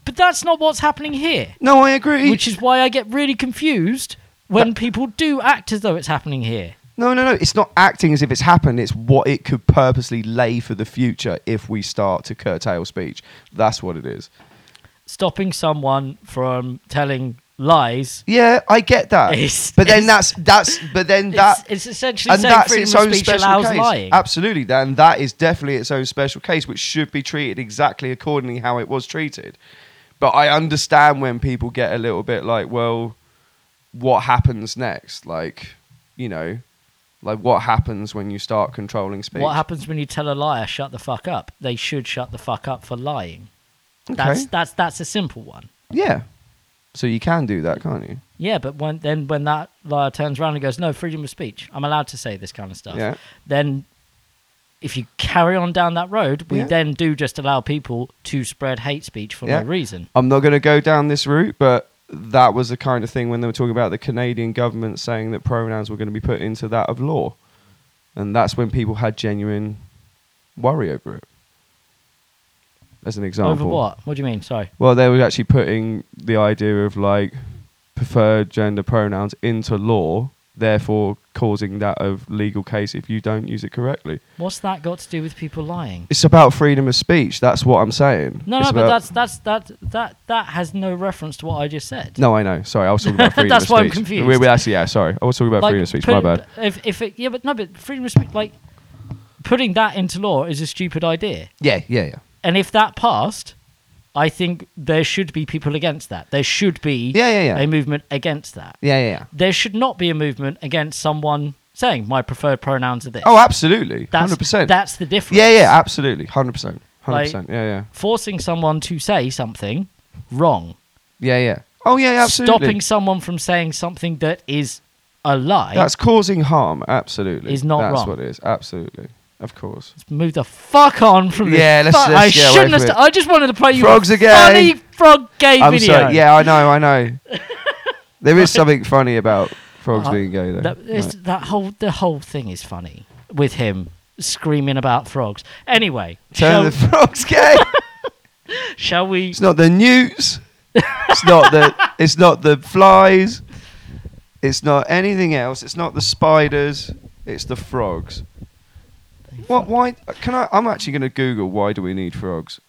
but that's not what's happening here.
no, I agree.
Which is why I get really confused when people do act as though it's happening here.
No, no, no. It's not acting as if it's happened. It's what it could purposely lay for the future if we start to curtail speech. That's what it is.
Stopping someone from telling lies.
Yeah, I get that.
It's-
but then
it's-
that's that's. But then that
It's, it's essentially
and
saying
that's
freedom
its
of
own
speech
special
allows
case.
lying.
Absolutely, then that is definitely its own special case, which should be treated exactly accordingly how it was treated. But I understand when people get a little bit like, well, what happens next? Like, you know, like what happens when you start controlling speech?
What happens when you tell a liar shut the fuck up? They should shut the fuck up for lying. That's
Okay.
that's that's a simple one.
Yeah. So you can do that, can't you?
Yeah, but when then when that liar turns around and goes, "No, freedom of speech. I'm allowed to say this kind of stuff."
Yeah.
Then if you carry on down that road, we
Yeah.
then do just allow people to spread hate speech for
Yeah.
no reason.
I'm not going to go down this route, but that was the kind of thing when they were talking about the Canadian government saying that pronouns were going to be put into that of law. And that's when people had genuine worry over it. As an example.
Over what? What do you mean? Sorry.
Well, they were actually putting the idea of like preferred gender pronouns into law, therefore causing that of legal case if you don't use it correctly.
What's that got to do with people lying?
It's about freedom of speech. That's what I'm saying.
No,
It's
no, but
about-
that's that's that that that has no reference to what I just
<laughs>
said.
No, I know. Sorry, I was talking
<laughs>
about freedom
That's
of speech.
why I'm confused.
We, we actually, yeah, sorry. I was talking about freedom of speech. My
put-
bad.
If if it, yeah, but no, but freedom of speech, like putting that into law is a stupid idea.
Yeah, yeah, yeah.
And if that passed, I think there should be people against that. There should be
Yeah, yeah, yeah.
a movement against that.
Yeah, yeah, yeah.
There should not be a movement against someone saying my preferred pronouns are this.
Oh, absolutely.
that's,
100%.
That's the difference.
yeah, yeah, absolutely. 100%. 100%.
Like-
yeah, yeah.
Forcing someone to say something wrong.
Yeah, yeah. Oh, yeah, yeah, absolutely.
Stopping someone from saying something that is a lie.
That's causing harm. Absolutely.
Is not
That's
wrong.
what it is. Absolutely. Of course.
Move the fuck on from this.
Yeah, let's-
fuck-
let's
I
get away
shouldn't have.
from
St-
it.
I just wanted to play you
Frogs
a
are gay.
funny frog gay
I'm
video.
sorry. Yeah, I know, I
<laughs>
know. there is something funny about frogs
Uh,
being gay, though.
That, it's-
Right.
that whole the whole thing is funny with him screaming about frogs. Anyway,
<laughs> Turn
shall,
the frogs gay.
<laughs> shall we?
It's not the newts. it's not the. It's not the flies. It's not anything else. It's not the spiders. It's the frogs. What? Why? Can I? I'm actually going to Google. Why do we need frogs?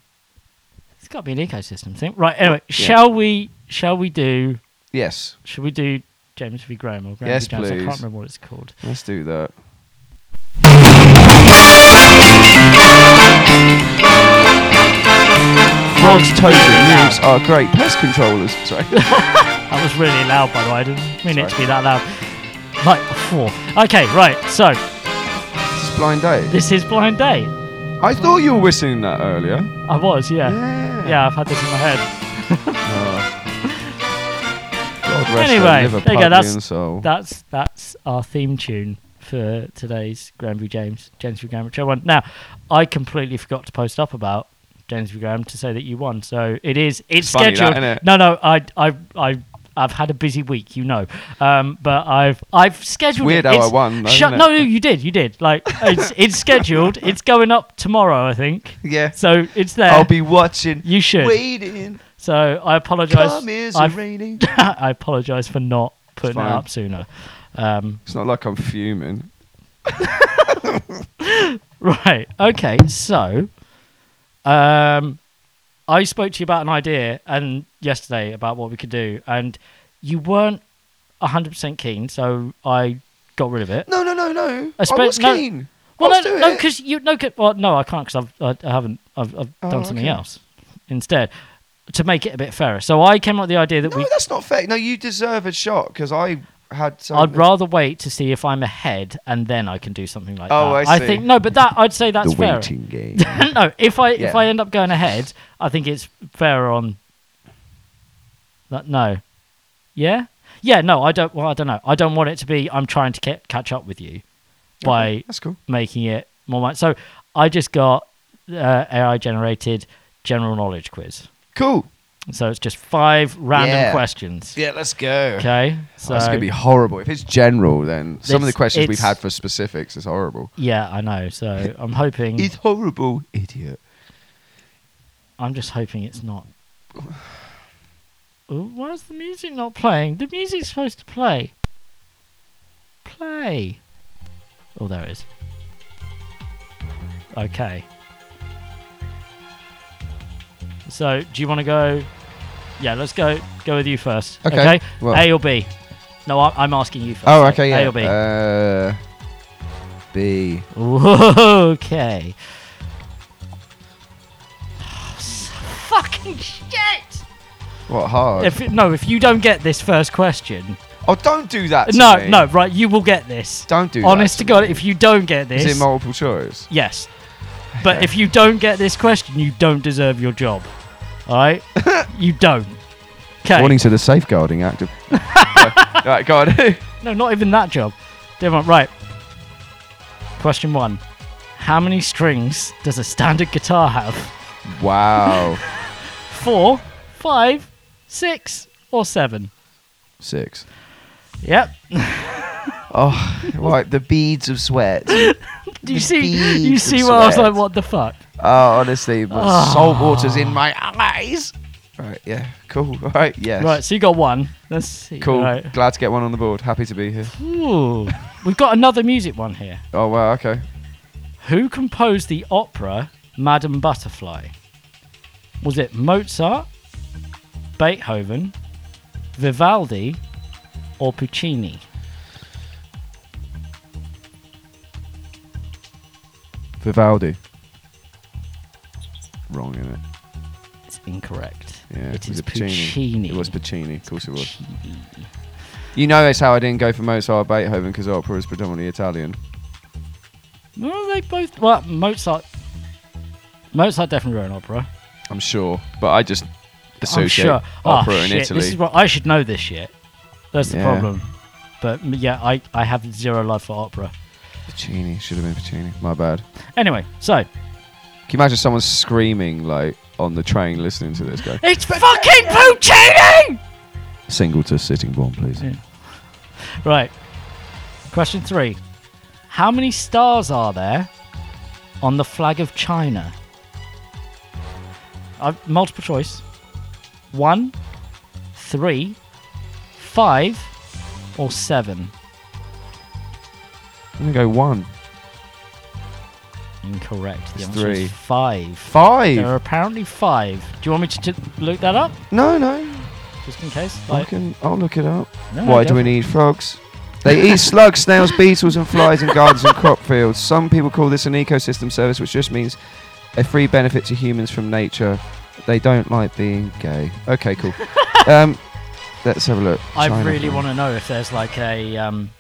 It's got to be an ecosystem thing, right? Anyway, shall we? Shall we do?
Yes,
Shall we do James v Graham or Graham
Yes,
v Jones? I
please.
can't remember what it's called.
let's do that. Frogs, toads, and newts are great pest controllers. Sorry. <laughs>
That was really loud, by the way. I didn't mean it to be that loud. Like four. Okay, right. So
This is blind date.
this is blind date.
I thought you were whistling that earlier.
I was, yeah,
Yeah.
yeah. I've had this in my head.
God rest
Anyway,
their
there you go,
Liverpudlian
that's-
soul.
That's that's our theme tune for today's Graham v James James v Graham show one. Now, I completely forgot to post up about James v Graham to say that you won. So it is it's,
It's funny that,
scheduled.
innit?
No, no, I I I. I've had a busy week, you know, um, but I've I've scheduled.
weird
it.
how
It's-
I won, though,
shut-
isn't it?
no, no, you did, you did. Like
<laughs>
it's it's scheduled. It's going up tomorrow, I think.
Yeah.
So it's there.
I'll be watching.
You should.
Waiting.
So I apologise.
Come is
I've-
raining.
<laughs> I apologise for not putting it
fine.
up sooner. Um,
It's not like I'm fuming.
Right. Okay. So, um, I spoke to you about an idea and yesterday about what we could do, and you weren't hundred percent keen, so I got rid of it.
No, no, no, no.
I
I,
spe-
was
no.
keen.
Well,
Let's
no,
do
no,
it.
because you no, 'cause- well, no, I can't because I've I, I haven't I've, I've
Oh,
done something
okay.
else instead to make it a bit fairer. So I came up with the idea that
No,
we
that's not fair. No, you deserve a shot because I had.
I'd
something-
rather wait to see if I'm ahead and then I can do something like
Oh,
that.
I
think
see.
no, but that I'd say that's fair. <laughs>
game.
no, if I if
Yeah.
I end up going ahead, I think it's fair on. That no, yeah, yeah. No, I don't. Well, I don't know. I don't want it to be. I'm trying to ca- catch up with you by
that's cool.
making it more. mi- So I just got uh, AI generated general knowledge quiz.
Cool.
So it's just five random
Yeah.
questions.
Yeah, let's go.
Okay. So
That's gonna Oh, be horrible. If it's general, then some of the
It's-
questions we've
it's-
had for specifics is horrible.
yeah, I know. So I'm hoping.
It's horrible, idiot.
I'm just hoping it's not. Oh, why is the music not playing? The music's supposed to play. Play. Oh, there it is. Okay. So, do you want to go? Yeah, let's go. Go with you first.
Okay,
Okay.
well-
A or B? No, I- I'm asking you first.
Oh,
like,
okay, yeah.
A or B?
Uh, B. uh,
<laughs> Okay. <sighs> Fucking shit!
What hard?
If no, if you don't get this first question,
oh, don't do that. to
no,
me.
no, right, you will get this.
Don't do
Honest
that.
to God, if you don't get this,
Is it multiple choice?
yes. But if you don't get this question, you don't deserve your job. All
<laughs>
right, you don't. Okay.
Warning to the safeguarding <laughs> act. of- right, right, go on.
No, not even that job. Different. Right. Question one: How many strings does a standard guitar have?
<laughs> wow.
four, five, six, or seven.
Six.
Yep.
Oh, right. The beads of sweat.
Do you
The
see? You
beads
see
of
where I was
sweat.
like, what the fuck?
Oh, honestly, my
Ah.
salt water's in my eyes. Right, yeah, cool. All right, yes.
Right. So you got one. Let's see.
cool.
Right.
Glad to get one on the board. Happy to be here.
Ooh. We've got another music one here.
Oh, wow, okay.
Who composed the opera Madame Butterfly? Was it Mozart, Beethoven, Vivaldi, or Puccini?
Vivaldi. Wrong, isn't it?
It's incorrect.
Yeah.
it
was
is Puccini.
It was Puccini. Of course it was.
Puccini.
You know that's how I didn't go for Mozart or Beethoven because opera is predominantly Italian.
Well, they both. Well, Mozart. Mozart definitely wrote an opera.
I'm sure. But I just
I'm
associate
sure.
opera
oh,
in
shit.
Italy.
This is what I should know this shit. That's the
Yeah.
problem. But m- yeah, I, I have zero love for opera.
Puccini. Should have been Puccini. My bad.
Anyway, so
Can you imagine someone screaming like on the train listening to this guy?
<laughs> it's fucking Puccini.
Single to sitting bomb, please.
Yeah. Right. Question three: How many stars are there on the flag of China? I've, multiple choice: one, three, five, or seven.
I'm gonna go one.
Incorrect. The
It's
answer
three.
is five. There are
Five.
apparently five. Do you want me to, to look that up,
No, no.
just in case?
I
Like,
can. I'll look it up.
No,
Why do we
definitely.
need frogs? They eat slugs, snails, beetles, and flies in gardens and crop fields. Some people call this an ecosystem service, which just means a free benefit to humans from nature. They don't like being gay. Okay,
<laughs>
cool. um, let's have a look.
I
China
really
flag.
want to know if there's like a, um,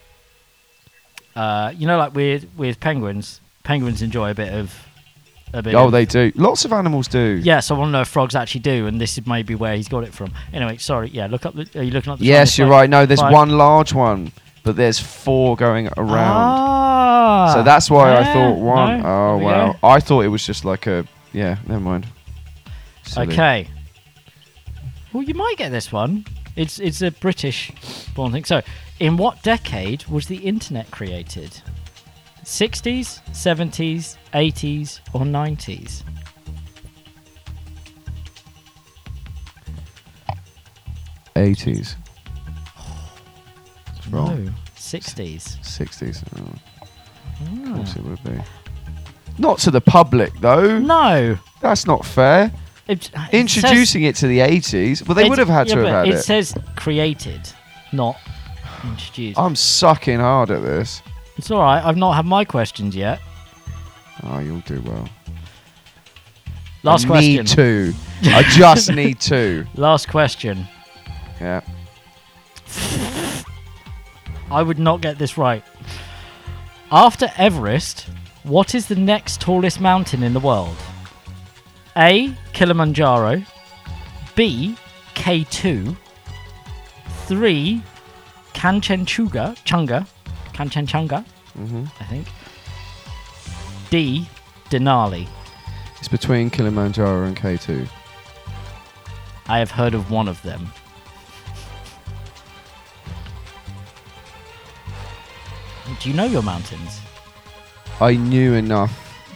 uh, you know, like with with penguins, penguins enjoy a bit of, a bit.
Oh,
of-
they do. Lots of animals do.
Yeah, so I want to know if frogs actually do, and this is maybe where he's got it from. Anyway, sorry. Yeah, look up. The, are you looking up? The
Yes,
Chinese
you're
flag?
right. No, there's
Five.
one large one, but there's four going around.
Ah,
so that's why I
yeah,
thought one.
no,
oh,
there we
wow.
go.
I thought it was just like a. Yeah, never mind. Silly.
Okay. Well, you might get this one. It's it's a British born thing. So, in what decade was the internet created? 60s, 70s, 80s, or 90s?
Eighties. It's wrong.
No, 60s.
Sixties.
Ah.
Of course it would be. Not to the public though.
No,
That's not fair.
It- it says-
Introducing it to the 80s. Well, they
it-
would have had
yeah,
to
but
have had
it.
it.
says created, not
<sighs>
introduced.
I'm sucking hard at this.
it's all right. I've not had my questions yet.
Oh, you'll do well.
Last
I
question.
Need two. I just <laughs> need two.
Last question.
Yeah.
I would not get this right. After Everest, what is the next tallest mountain in the world? A. Kilimanjaro. B. K2. 3. Kanchenjunga. Chunga. Kanchenjunga,
hmm
I think. D. Denali.
It's between Kilimanjaro and K2.
I have heard of one of them. Do you know your mountains?
I knew enough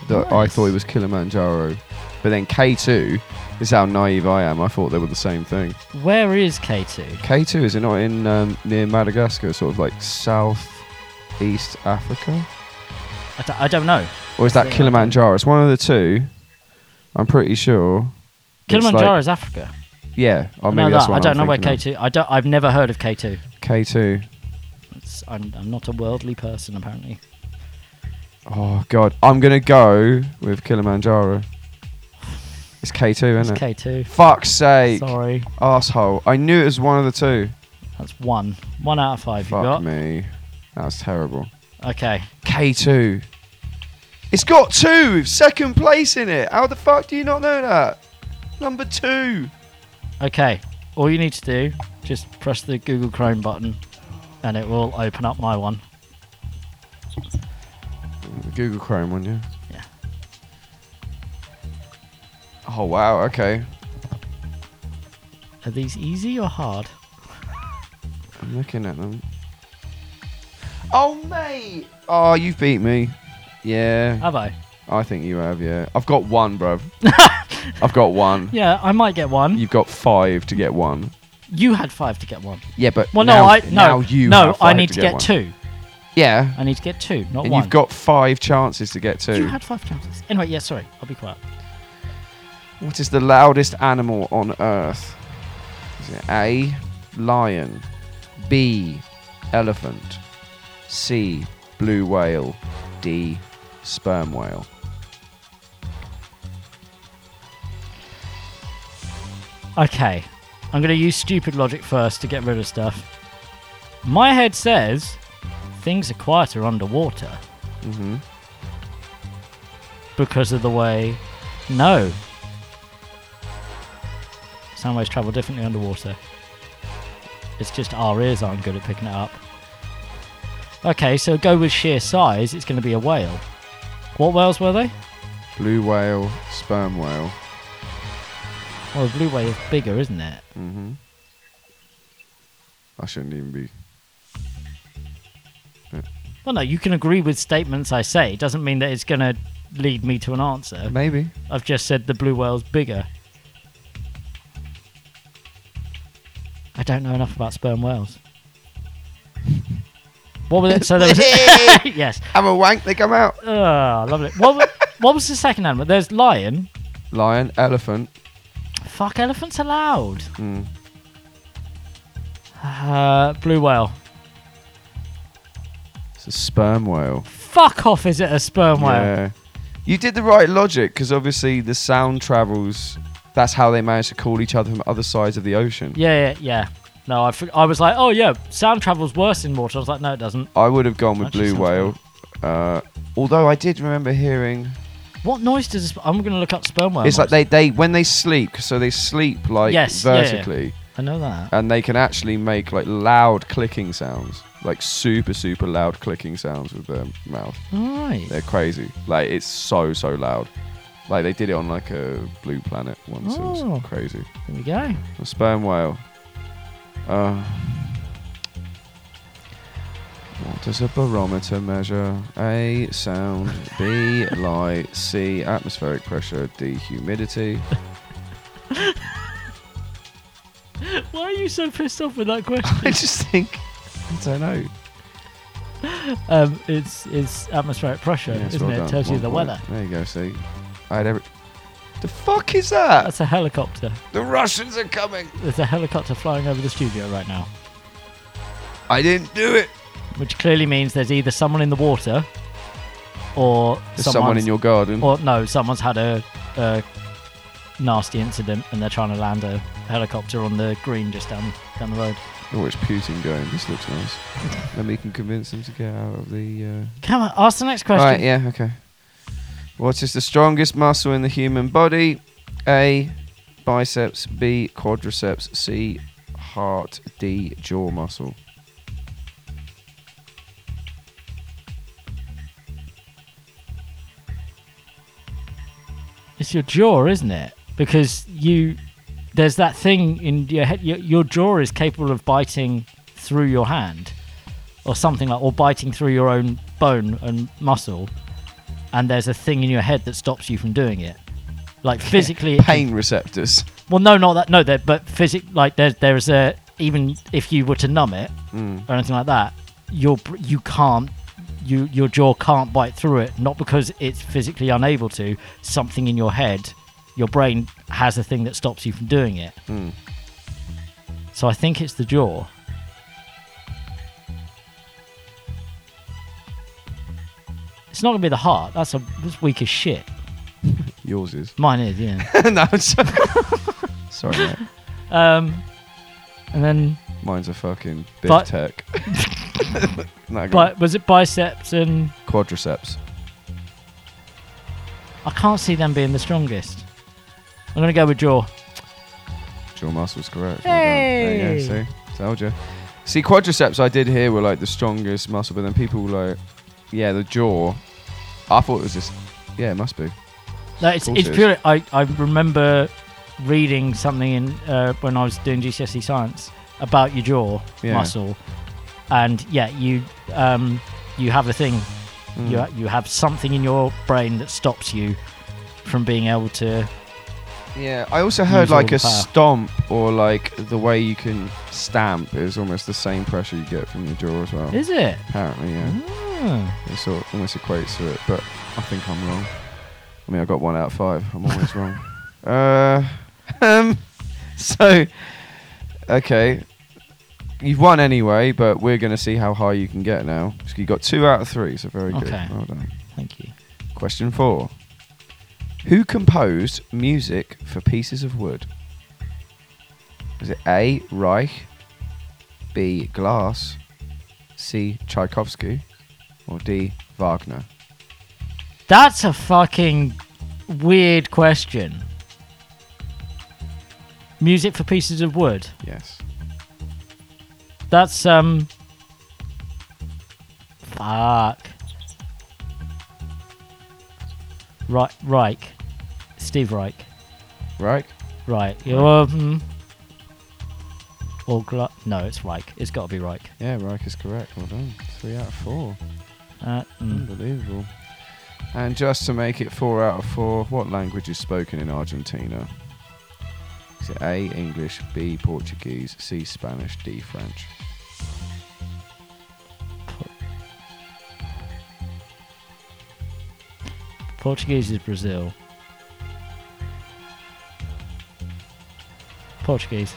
that I
Nice.
thought it was Kilimanjaro. But then K2 is how naive I am. I thought they were the same thing.
Where is K2?
K2, is it not in um, near Madagascar, sort of like South East Africa?
I, d- I don't know.
Or is that
Yeah.
Kilimanjaro? It's one of the two. I'm pretty sure. It's
Kilimanjaro
like-
is Africa.
yeah. Oh,
I
maybe
know
that's
that.
what
I don't
I'm
know where
thinking
K2. I don't. I've never heard of K2.
of. K2.
It's, I'm, I'm not a worldly person apparently.
Oh god, I'm gonna go with Kilimanjaro. It's K2,
It's
isn't it?
K2.
Fuck's sake,
Sorry,
asshole! I knew it was one of the two.
that's one. One out of five. you
Fuck
got
me, that was terrible.
okay.
K2. It's got two with second place in it. How the fuck do you not know that? Number two.
Okay. All you need to do just press the Google Chrome button, and it will open up my one.
Google Chrome, wouldn't you?
Yeah.
Oh wow. Okay.
Are these easy or hard?
I'm looking at them. Oh mate. Oh, you beat me. Yeah.
Have I?
I think you have, yeah. I've got one,
<laughs>
bruv. I've got one.
Yeah, I might get one. You,
You've got five to get one.
had five to get one.
Yeah, but
Well,
now-
no, I no
now you
no.
have
I
five
need to get,
one.
two.
Yeah,
I need to get two, not
and
one.
you've got five chances to get two.
You had five chances. Anyway, yeah, sorry. I'll be quiet.
what is the loudest animal on Earth? Is it A, lion, B, elephant, C, blue whale, D, sperm whale?
Okay. I'm going to use stupid logic first to get rid of stuff. My head says things are quieter underwater
Mm-hmm.
because of the way. No. Sound waves travel differently underwater. It's just our ears aren't good at picking it up. Okay, so go with sheer size, it's going to be a whale. What whales were they?
Blue whale, sperm whale.
Well, a blue whale is bigger, isn't it?
Mm-hmm. I shouldn't even be.
Well, no, you can agree with statements I say. It doesn't mean that it's going to lead me to an answer.
Maybe.
I've just said the blue whale's bigger. I don't know enough about sperm whales. What was it? So there was <laughs> yes.
I'm a wank. They come out.
Oh, I love it. What, wa- what was the second animal? There's lion.
Lion, elephant.
Fuck, elephants allowed.
Mm.
Uh, blue whale.
It's a sperm whale.
Fuck off! Is it a sperm whale?
Yeah. You did the right logic because obviously the sound travels. That's how they manage to call each other from other sides of the ocean.
Yeah, yeah, yeah. No, I, fr- I was like, oh yeah, sound travels worse in water. I was like, no, it doesn't.
I would have gone with
Actually
blue
sounds
whale. Uh, although I did remember hearing
What noise does a sp- I'm gonna look up sperm whale?
it's like
noise.
they, they when they sleep, so they sleep like
Oh, Yes, yeah, yeah.
vertically.
I know that.
and they can actually make like loud clicking sounds, like super super loud clicking sounds with their mouth.
All right.
They're crazy. Like it's so so loud. Like they did it on like a blue planet once. It
Oh.
was crazy.
There we go.
A sperm whale. Uh, what does a barometer measure? A sound. B light. C atmospheric pressure. D
<laughs>
humidity.
Why are you so pissed off with that question?
I just think I don't know.
<laughs> um, it's it's atmospheric pressure,
Yes,
isn't
well
it?
done.
Tells you
One
the
point.
weather.
There you go. See, I had every. The fuck is that?
That's a helicopter.
The Russians are coming.
There's a helicopter flying over the studio right now,
I didn't do it.
which clearly means there's either someone in the water, or
There's someone in
someone's-
your garden.
or no, someone's had a, a nasty incident and they're trying to land a helicopter on the green just down down the road.
Oh, it's Putin going. This looks
<laughs>
nice. Then we can convince them to get out of the. Uh...
Come on, ask the next question.
Right, yeah, okay. What is the strongest muscle in the human body? A. Biceps. B. Quadriceps. C. Heart. D. Jaw muscle.
It's your jaw, isn't it? Because you there's that thing in your head. Your, your jaw is capable of biting through your hand, or something like, or biting through your own bone and muscle. And there's a thing in your head that stops you from doing it.
<laughs>
Like physically, it can
Pain receptors.
Well, no, not that. No, there, but physic like there, there is a even if you were to numb it or anything like that, your br- you can't you your jaw can't bite through it. Not because it's physically unable to. Something in your head, your brain has a thing that stops you from doing it. So I think it's the jaw. It's not gonna be the heart. That's a that's weak as shit.
Yours is.
Mine is, yeah.
<laughs> no, I'm sorry. <laughs> sorry, mate.
um, and then
Mine's a fucking big
But- <laughs>
tech. no, go on.
Bi- was it biceps and
Quadriceps.
I can't see them being the strongest. I'm gonna go with jaw.
Jaw muscle's correct. Well done. There you go, see? Told you. See, quadriceps I did hear were like the strongest muscle, but then people were like, yeah, the jaw. I thought it was just, yeah, it must be.
No, it's,
course
it's
it is.
purely. I, I remember reading something in uh, when I was doing GCSE E science about your jaw
Yeah.
muscle, and yeah, you um, you have a thing. You you have something in your brain that stops you from being able to.
Yeah, I also heard
Use all
like
the
a
power.
stomp or like the way you can stamp is almost the same pressure you get from your jaw as well.
Is it?
Apparently, yeah.
Hmm.
It sort of almost equates to it, but I think I'm wrong. I mean, I got one out of five. I'm always wrong. <laughs> Uh, um, so, okay. You've won anyway, but we're going to see how high you can get now. So you got two out of three, so very good.
Okay.
Well done.
Thank you.
Question four Who composed music for pieces of wood? Was it A. Reich, B. Glass, C. Tchaikovsky, or D. Wagner?
That's a fucking weird question. Music for pieces of wood.
Yes.
That's um. Fuck. Right, Reich, Steve Reich,
Reich?
right? You're, hmm. or Gla- no, it's Reich. It's got to be Reich.
Yeah, Reich is correct. Well done. Three out of four.
Uh, mm.
Unbelievable. And just to make it four out of four, what language is spoken in Argentina? Is it A. English, B. Portuguese, C. Spanish, D. French?
Portuguese is Brazil. Portuguese.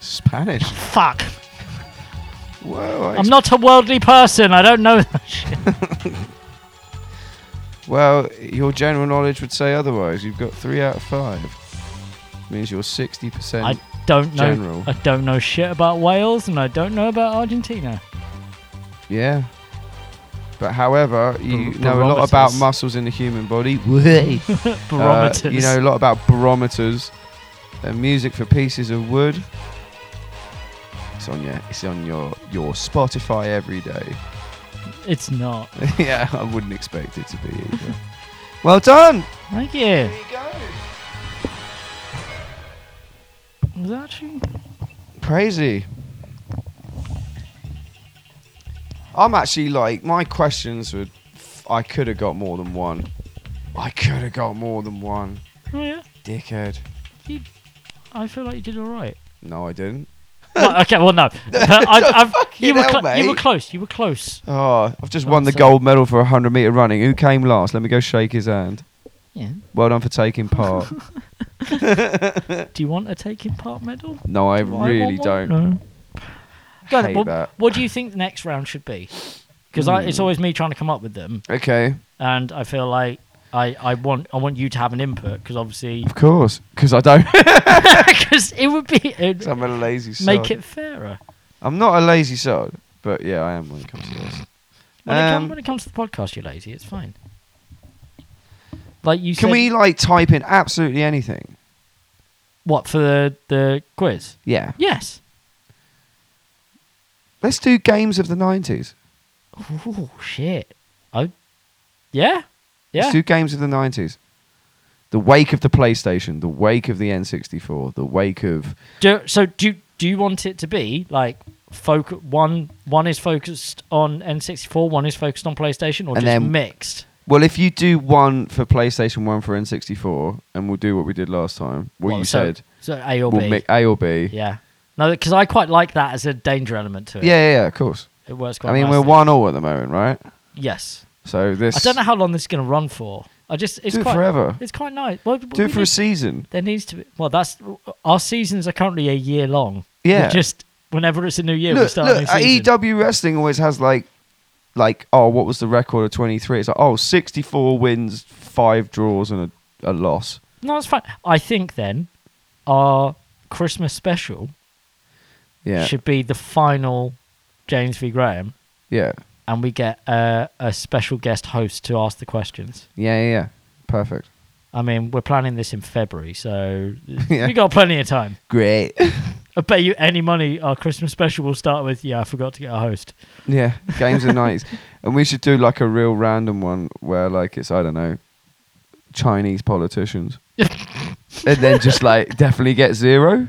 Spanish?
Fuck.
Whoa. I
I'm not a worldly person. I don't know that <laughs> shit.
Well, your general knowledge would say otherwise. You've got three out of five. Means you're sixty
I
percent.
don't know.
General.
I don't know shit about Wales, and I don't know about Argentina.
Yeah. But however, you
Bar-
know a lot about
barometers.
muscles in the human body. Uh,
<laughs> Barometers.
you know a lot about barometers. And music for pieces of wood. It's on your. It's on your your Spotify every day. <laughs>
it's not.
yeah, I wouldn't expect it to be
<laughs>
either. well done.
Thank you.
There you go.
Was that actually?
Crazy. I'm actually like my questions would. I could have got more than one. I could have got more than one.
Oh yeah.
Dickhead.
You, I feel like you did all
<laughs>
right.
No, I didn't.
Well, okay. Well, no. But I, I've, you
Fucking
were
hell,
clo- you were
mate.
close. You were close.
Oh, I've just
Oh,
won the
sorry.
gold medal for 100 meter running. Who came last? Let me go shake his hand.
Yeah.
Well done for taking
<laughs>
part.
Do you want a taking part medal?
No, I
Do want
really
one?
don't.
No. Go on,
Hate
what,
that. Hmm.
what do you think the next round should be? Because it's always me trying to come up with them,
Okay,
and I feel like I, I want I want you to have an input
<laughs>
because obviously <laughs>
of course, because I don't. <laughs>
'cause it would be it'd
'Cause I'm a lazy. Sod.
make it fairer
I'm not a lazy sod, but yeah, I am when it comes to this.
when, it
Um,
come, when it comes to the podcast. You're lazy. It's fine. Like you
Can
said,
we like type in absolutely anything?
what for the, the quiz?
Yeah.
Yes.
Let's do games of the nineties.
Oh shit. I. Yeah. Yeah.
Let's do games of the nineties. The wake of the PlayStation, the wake of the N64, the wake of
Do, so do do you want it to be like focus one one is focused on N64, one is focused on PlayStation, or
And
just
then-
mixed?
well, if you do one for PlayStation, one for N64, and we'll do what we did last time, what, you
so,
said,
So A or
we'll
B.
mi- A or B. Yeah,
yeah. No, because I quite like that as a danger element to it.
yeah, yeah, of course.
It works quite.
I mean, we're
nicely.
one all at the moment, right?
Yes.
So this
I don't know how long this is going to run for. I just it's
Do it
quite
forever.
It's quite nice. Well, we
do it for a
need-
season.
there needs to be. Well, that's our seasons are currently a year long.
Yeah.
We're just whenever it's a new year, we
look,
start a new
look, uh,
season.
EW Wrestling always has like, like, oh, what was the record of 23? It's like, oh, 64 wins, five draws, and a, a loss.
No, it's fine. I think then our Christmas special
Yeah.
should be the final James v Graham,
yeah.
and we get uh, a special guest host to ask the questions.
Yeah, yeah, yeah. Perfect.
I mean, we're planning this in February, so
<laughs> Yeah.
we got plenty of time.
Great. <laughs>
I bet you any money our Christmas special will start with. Yeah, I forgot to get a host.
yeah. Games of the 90s. And we should do like a real random one where, like, it's, I don't know, Chinese <laughs> politicians. and then just like definitely get zero.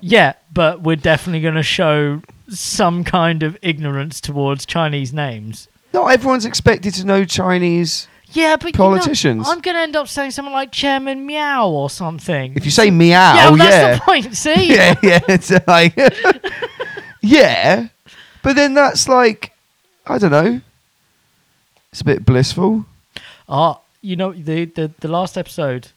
Yeah, but we're definitely going to show some kind of ignorance towards Chinese names.
Not everyone's expected to know Chinese.
Yeah, but you know,
Politicians.
I'm going to end up saying something like Chairman Meow or something.
If you say meow,
yeah, well, that's
<laughs> yeah.
the point. See,
yeah, yeah. It's like, <laughs> yeah. But then that's like, I don't know. It's a bit blissful.
Ah, you know the, the the last episode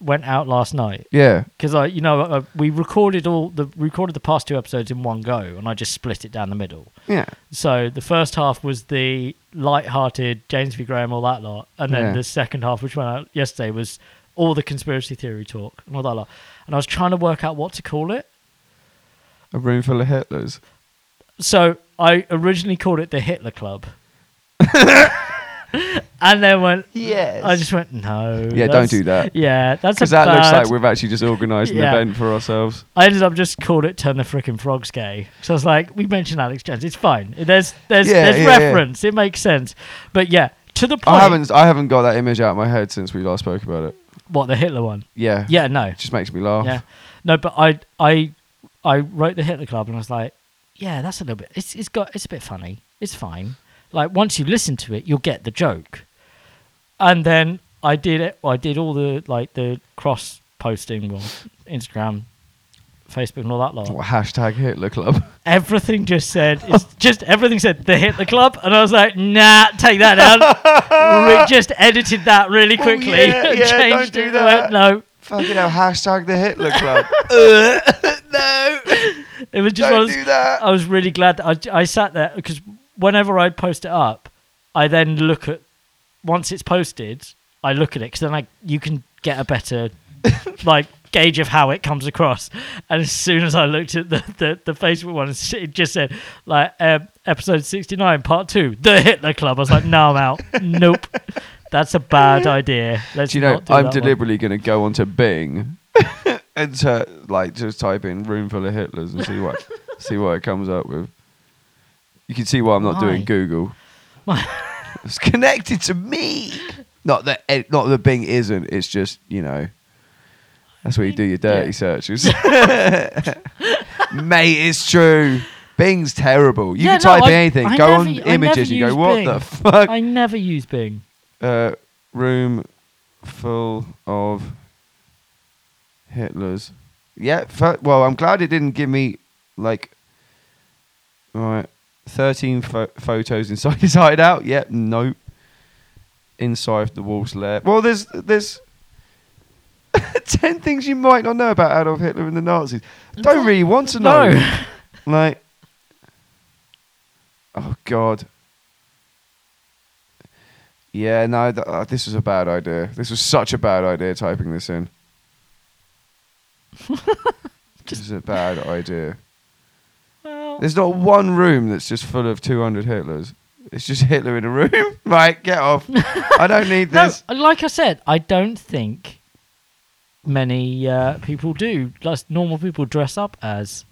went out last night
Yeah.
because I, you know, uh, we recorded all the recorded the past two episodes in one go, and I just split it down the middle.
Yeah.
So the first half was the light-hearted James V. Graham, all that lot, and then
Yeah.
the second half, which went out yesterday, was all the conspiracy theory talk and all that lot. And I was trying to work out what to call it.
A room full of Hitlers.
So I originally called it the Hitler Club, <laughs> and then went.
Yes.
I just went no.
Yeah, don't
that's-
do that.
Yeah, that's
Because
because
that looks like we've actually just organised an
Yeah.
event for ourselves.
I ended up just called it "Turn the Frickin' Frogs Gay." So I was like, "We mentioned Alex Jones. It's fine. There's there's
Yeah,
there's
yeah, yeah.
reference. It makes sense." But yeah, to the point.
I haven't, I haven't got that image out of my head since we last spoke about it.
What the Hitler one?
Yeah.
Yeah, no,
It just makes me laugh.
yeah, no. But I I I wrote the Hitler Club and I was like, "Yeah, that's a little bit. It's it's got it's a bit funny. It's fine. Like once you listen to it, you'll get the joke." And then I did it. I did all the like the cross posting on Instagram, Facebook, and all that lot.
What, hashtag Hitler Club.
everything just said it's <laughs> just everything said the Hitler Club, and I was like, nah, take
<laughs>
that out. we just edited that really
Oh,
quickly.
yeah,
and
yeah, don't
changed
do
it. I
that.
went, no,
Fucking hell, hashtag the Hitler
<laughs>
Club. no.
it was just.
Don't
one of those-
do that.
I was really glad that I, I sat there because whenever I'd post it up, I then look at once it's posted, I look at it because then I you can get
<laughs>
a better like gauge of how it comes across. And as soon as I looked at the the, the Facebook one, <laughs> it just said like um, episode sixty nine, part two, the Hitler Club. I was like, no, I'm out. nope, that's
<laughs>
a bad idea. Let's
Do you know,
not do
I'm
that one."
deliberately going to go onto Bing <laughs> and to, like just type in "room full of Hitlers" and see
<laughs>
what see what it comes up with. You can see why I'm not
Why?
doing Google.
Why?
<laughs> it's connected to me. Not that it, not that Bing isn't. It's just you know, that's where you do your dirty
Yeah.
searches. <laughs> Mate, it's true. Bing's terrible. You
Yeah,
can
no,
type
I-
in anything.
I
go
never-
on
I never
images. You
use
go, what
Bing.
the fuck?
I never use Bing.
uh, room full of Hitlers. Yeah. fir- well, I'm glad it didn't give me like <laughs> all right, thirteen pho- photos inside his hideout. Yeah. Nope. inside the walls lair. Well, there's there's <laughs> ten things you might not know about Adolf Hitler and the Nazis. Don't really want to know.
No.
<laughs> Like, oh god. Yeah, no, th- uh, this was a bad idea. This was such a bad idea typing this in. this is a bad idea.
Well,
There's not one room that's just full of 200 Hitlers. It's just Hitler in a room. <laughs> right, get off. I don't need
<laughs> no,
this.
like I said, I don't think many uh, people do. Like normal people dress up as.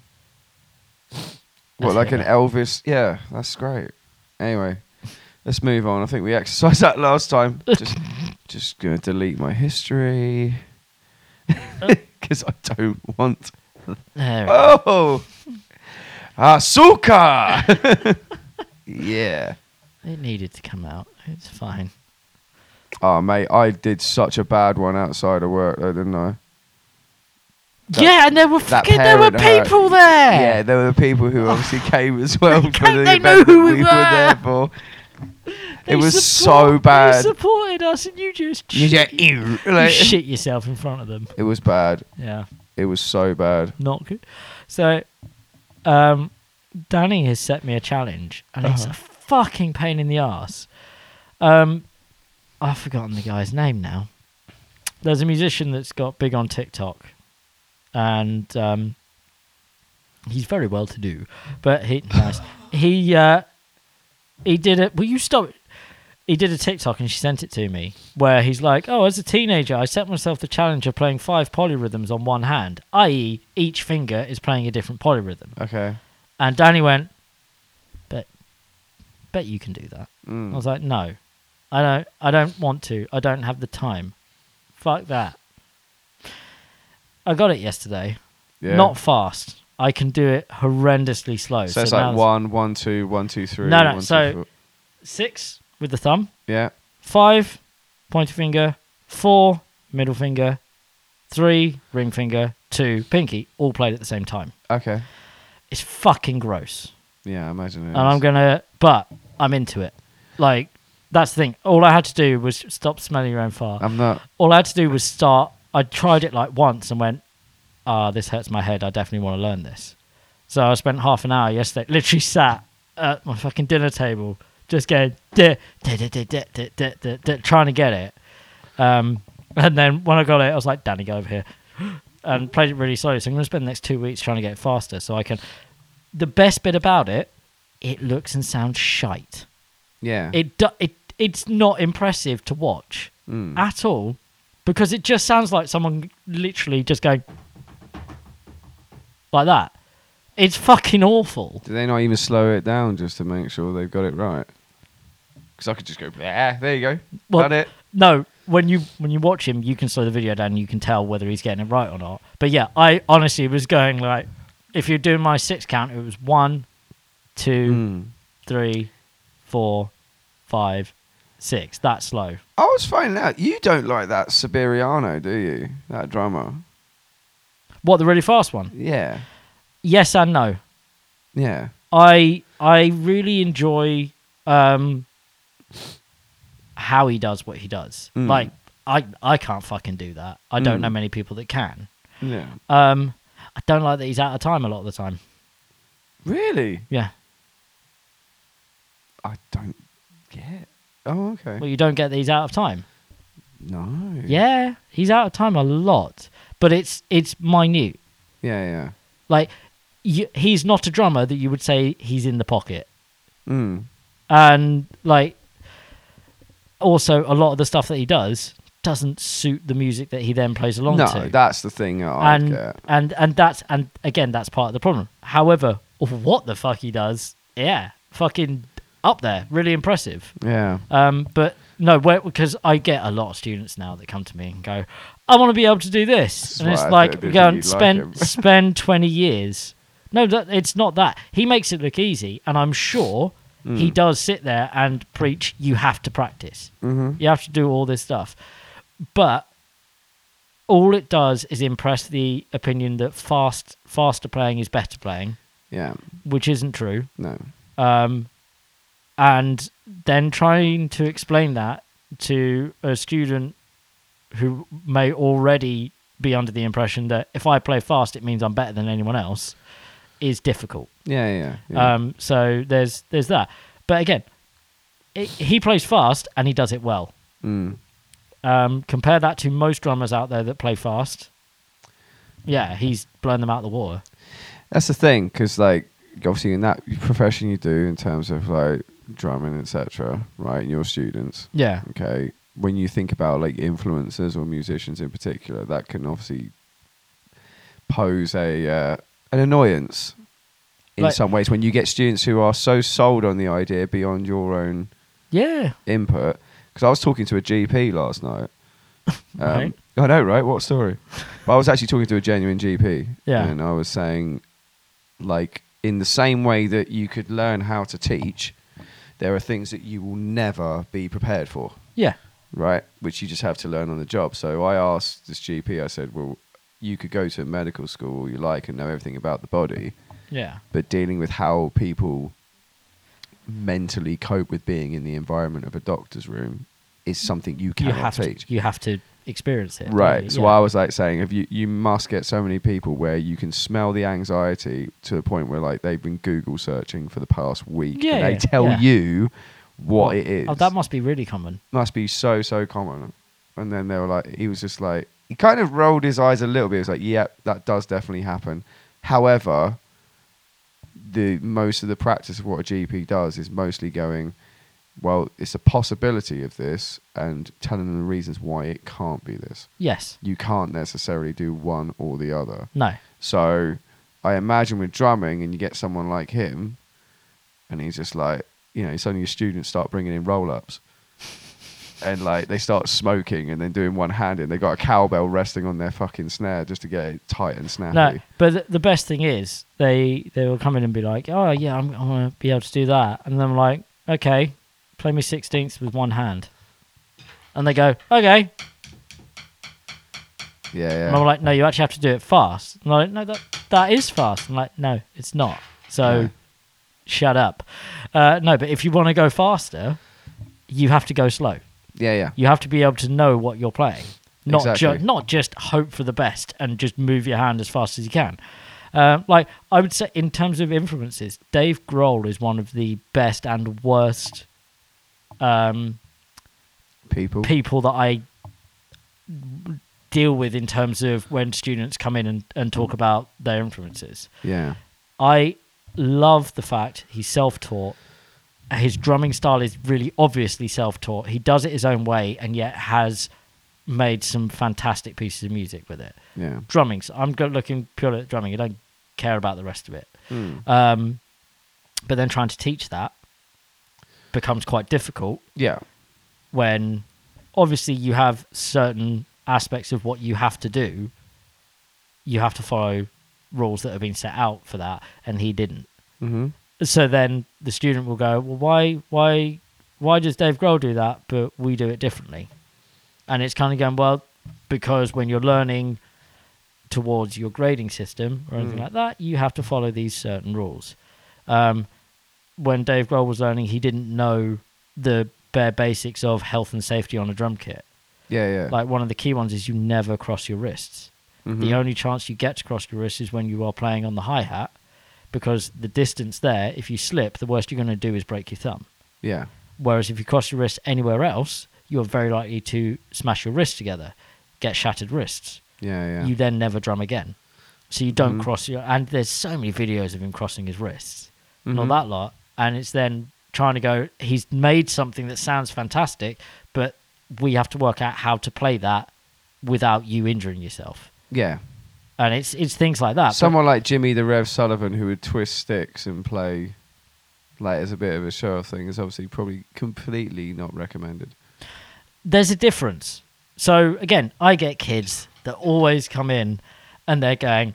what,
as
like an
Hitler.
Elvis? Yeah, that's great. Anyway, let's move on. I think we exercised <laughs> that last time. Just, just going to delete my history <laughs> because I don't want.
There we go.
Oh, Asuka. <laughs> yeah.
It needed to come out. It's fine.
Oh, mate, I did such a bad one outside of work, though, didn't I? That-
yeah, and there were
that
fucking, there were
parent hurt.
people there.
Yeah, there were people who
<laughs>
obviously came as well
They
for
came,
the
they
event
knew
that
who we
we were
were.
there for.
They
it was
support-
so bad.
They supported us, and you just
You
shit,
just-
you
ew, like-
shit yourself in front of them.
It was bad.
Yeah,
It was so bad.
not good. So, um, Danny has set me a challenge, and it's a fucking pain in the ass. Um, I've forgotten the guy's name now. There's a musician that's got big on TikTok, and um, he's very well to do, but he nice. He uh, he did it. Will you stop? He did a TikTok and she sent it to me where he's like, "Oh, as a teenager, I set myself the challenge of playing five polyrhythms on one hand, i.e., each finger is playing a different polyrhythm."
Okay.
And Danny went, "Bet, bet you can do that."
Mm.
I was like, "No, I don't. I don't want to. I don't have the time. Fuck that." I got it yesterday.
Yeah.
Not fast. I can do it horrendously slow.
so it's
now
like
it's
one, one, two, one, two, three.
No, no,
one, two,
so-
four.
six with the thumb,
yeah.
five pointer finger, four middle finger, three ring finger, two pinky, all played at the same time.
Okay.
It's fucking gross.
Yeah, I imagine it.
And I'm gonna, but I'm into it. Like that's the thing. All I had to do was stop smelling your own fart.
I'm not.
all I had to do was start. I tried it like once and went, ah, this hurts my head. I definitely want to learn this. So I spent half an hour yesterday, literally sat at my fucking dinner table, just going, duh, duh, duh, duh, duh, duh, duh, duh, duh, trying to get it. Um, and then when I got it, I was like, Danny, go over here. <gasps> And played it really slowly. So I'm going to spend the next two weeks trying to get it faster so I can. The best bit about it, it looks and sounds shite
Yeah.
it do, it it's not impressive to watch at all because it just sounds like someone literally just going like that. It's fucking awful.
Do they not even slow it down just to make sure they've got it right? Because I could just go, "Bleh, there you go.
Well,
Done it.
No, when you when you watch him, you can slow the video down. You can tell whether he's getting it right or not. But yeah, I honestly was going like, if you're doing my six count, it was one, two,
Mm.
three, four, five, six. That slow.
I was finding out you don't like that Siberiano, do you? That drummer.
What the really fast one?
Yeah.
Yes and no.
Yeah.
I I really enjoy um how he does what he does.
Mm.
Like I I can't fucking do that. I don't
Mm.
know many people that can.
Yeah.
Um I don't like that he's out of time a lot of the time.
Really?
Yeah.
I don't get. Oh, okay.
Well, you don't get that he's out of time.
no.
Yeah, he's out of time a lot, but it's it's minute.
Yeah,
Like you, he's not a drummer that you would say he's in the pocket.
yeah. Mm.
and like also a lot of the stuff that he does doesn't suit the music that he then plays along
No,
to
that's the thing I
and
get.
and and that's and again that's part of the problem however what the fuck he does yeah fucking up there really impressive
Yeah.
um but no because i get a lot of students now that come to me and go i want to be able to do this,
is
and it's
why I
like
don't think
go and
you'd like
spend
him. <laughs>
spend 20 years no that, it's not that he makes it look easy and i'm sure
Hmm.
he does sit there and preach you have to practice
Mm-hmm.
you have to do all this stuff but all it does is impress the opinion that fast faster playing is better playing
Yeah.
which isn't true
No.
um, and then trying to explain that to a student who may already be under the impression that if I play fast, it means I'm better than anyone else is difficult.
Yeah, yeah. yeah.
Um, so there's there's that. But again, it, he plays fast and he does it well.
Mm.
Um, compare that to most drummers out there that play fast. Yeah, he's blown them out of the water.
That's the thing, because like obviously in that profession you do in terms of like drumming, etc. Right, and your students.
Yeah,
Okay, when you think about like influencers or musicians in particular, that can obviously pose a uh, an annoyance in
Like-
some ways when you get students who are so sold on the idea beyond your own
yeah.
input. Because I was talking to a GP last night. Um,
Right.
I know, right? What story?
<laughs>
but I was actually talking to a genuine GP.
Yeah.
And I was saying, like, in the same way that you could learn how to teach, there are things that you will never be prepared for,
Yeah.
right? Which you just have to learn on the job. So I asked this GP, I said, well, you could go to medical school all you like and know everything about the body,
Yeah.
but dealing with how people mentally cope with being in the environment of a doctor's room is something you
You
cannot
have
teach.
to you have to experience it.
right.
really,
So
yeah.
I was like saying, if you you must get so many people where you can smell the anxiety to the point where like they've been Google searching for the past week,
Yeah,
and they
yeah,
tell
yeah.
you what it is.
Oh, that must be really common.
must be so so common. And then they were like, he was just like, he kind of rolled his eyes a little bit. He was like, yeah, that does definitely happen. However, the most of the practice of what a GP does is mostly going, well, it's a possibility of this, and telling them the reasons why it can't be this.
Yes.
You can't necessarily do one or the other.
No.
So I imagine with drumming, and you get someone like him, and he's just like, you know, suddenly your students start bringing in roll ups. And like they start smoking and then doing one handed. They got a cowbell resting on their fucking snare just to get it tight and snappy.
No, but th- the best thing is they they will come in and be like, "Oh yeah, I'm, I'm gonna be able to do that," and then I'm like, "Okay, play me sixteenths with one hand," and they go, "Okay,"
Yeah,
and I'm
yeah.
like, "No, you actually have to do it fast." And I'm like, "No, that that is fast." I'm like, "No, it's not." So,
Yeah.
shut up. Uh, no, but if you want to go faster, you have to go slow.
Yeah, yeah.
You have to be able to know what you're playing, not
Exactly.
ju- not just hope for the best and just move your hand as fast as you can. Um, like I would say, in terms of influences, Dave Grohl is one of the best and worst um,
People.
people that I deal with in terms of when students come in and, and talk about their influences.
Yeah.
I love the fact he's self-taught. His drumming style is really obviously self-taught. He does it his own way, and yet has made some fantastic pieces of music with it.
Yeah.
Drumming, so I'm go- looking purely at drumming. I don't care about the rest of it.
Mm.
Um, but then trying to teach that becomes quite difficult
Yeah.
when obviously you have certain aspects of what you have to do. You have to follow rules that have been set out for that, and he didn't
Mm-hmm.
so then the student will go, well, why, why, why does Dave Grohl do that, but we do it differently? And it's kind of going, well, because when you're learning towards your grading system or anything
Mm.
like that, you have to follow these certain rules. Um, when Dave Grohl was learning, he didn't know the bare basics of health and safety on a drum kit.
Yeah, yeah.
Like one of the key ones is you never cross your wrists. The only chance you get to cross your wrist is when you are playing on the hi hat, because the distance there, if you slip, the worst you're going to do is break your thumb.
yeah.
Whereas if you cross your wrist anywhere else, you're very likely to smash your wrists together, get shattered wrists.
Yeah, yeah.
You then never drum again. So you don't
Mhm.
cross your. And there's so many videos of him crossing his wrists, and all
Mhm.
that lot. And it's then trying to go, he's made something that sounds fantastic, but we have to work out how to play that without you injuring yourself
yeah.
and it's it's things like that. but-
Someone like Jimmy the Rev Sullivan who would twist sticks and play like as a bit of a show off thing is obviously probably completely not recommended.
there's a difference. So again, I get kids that always come in and they're going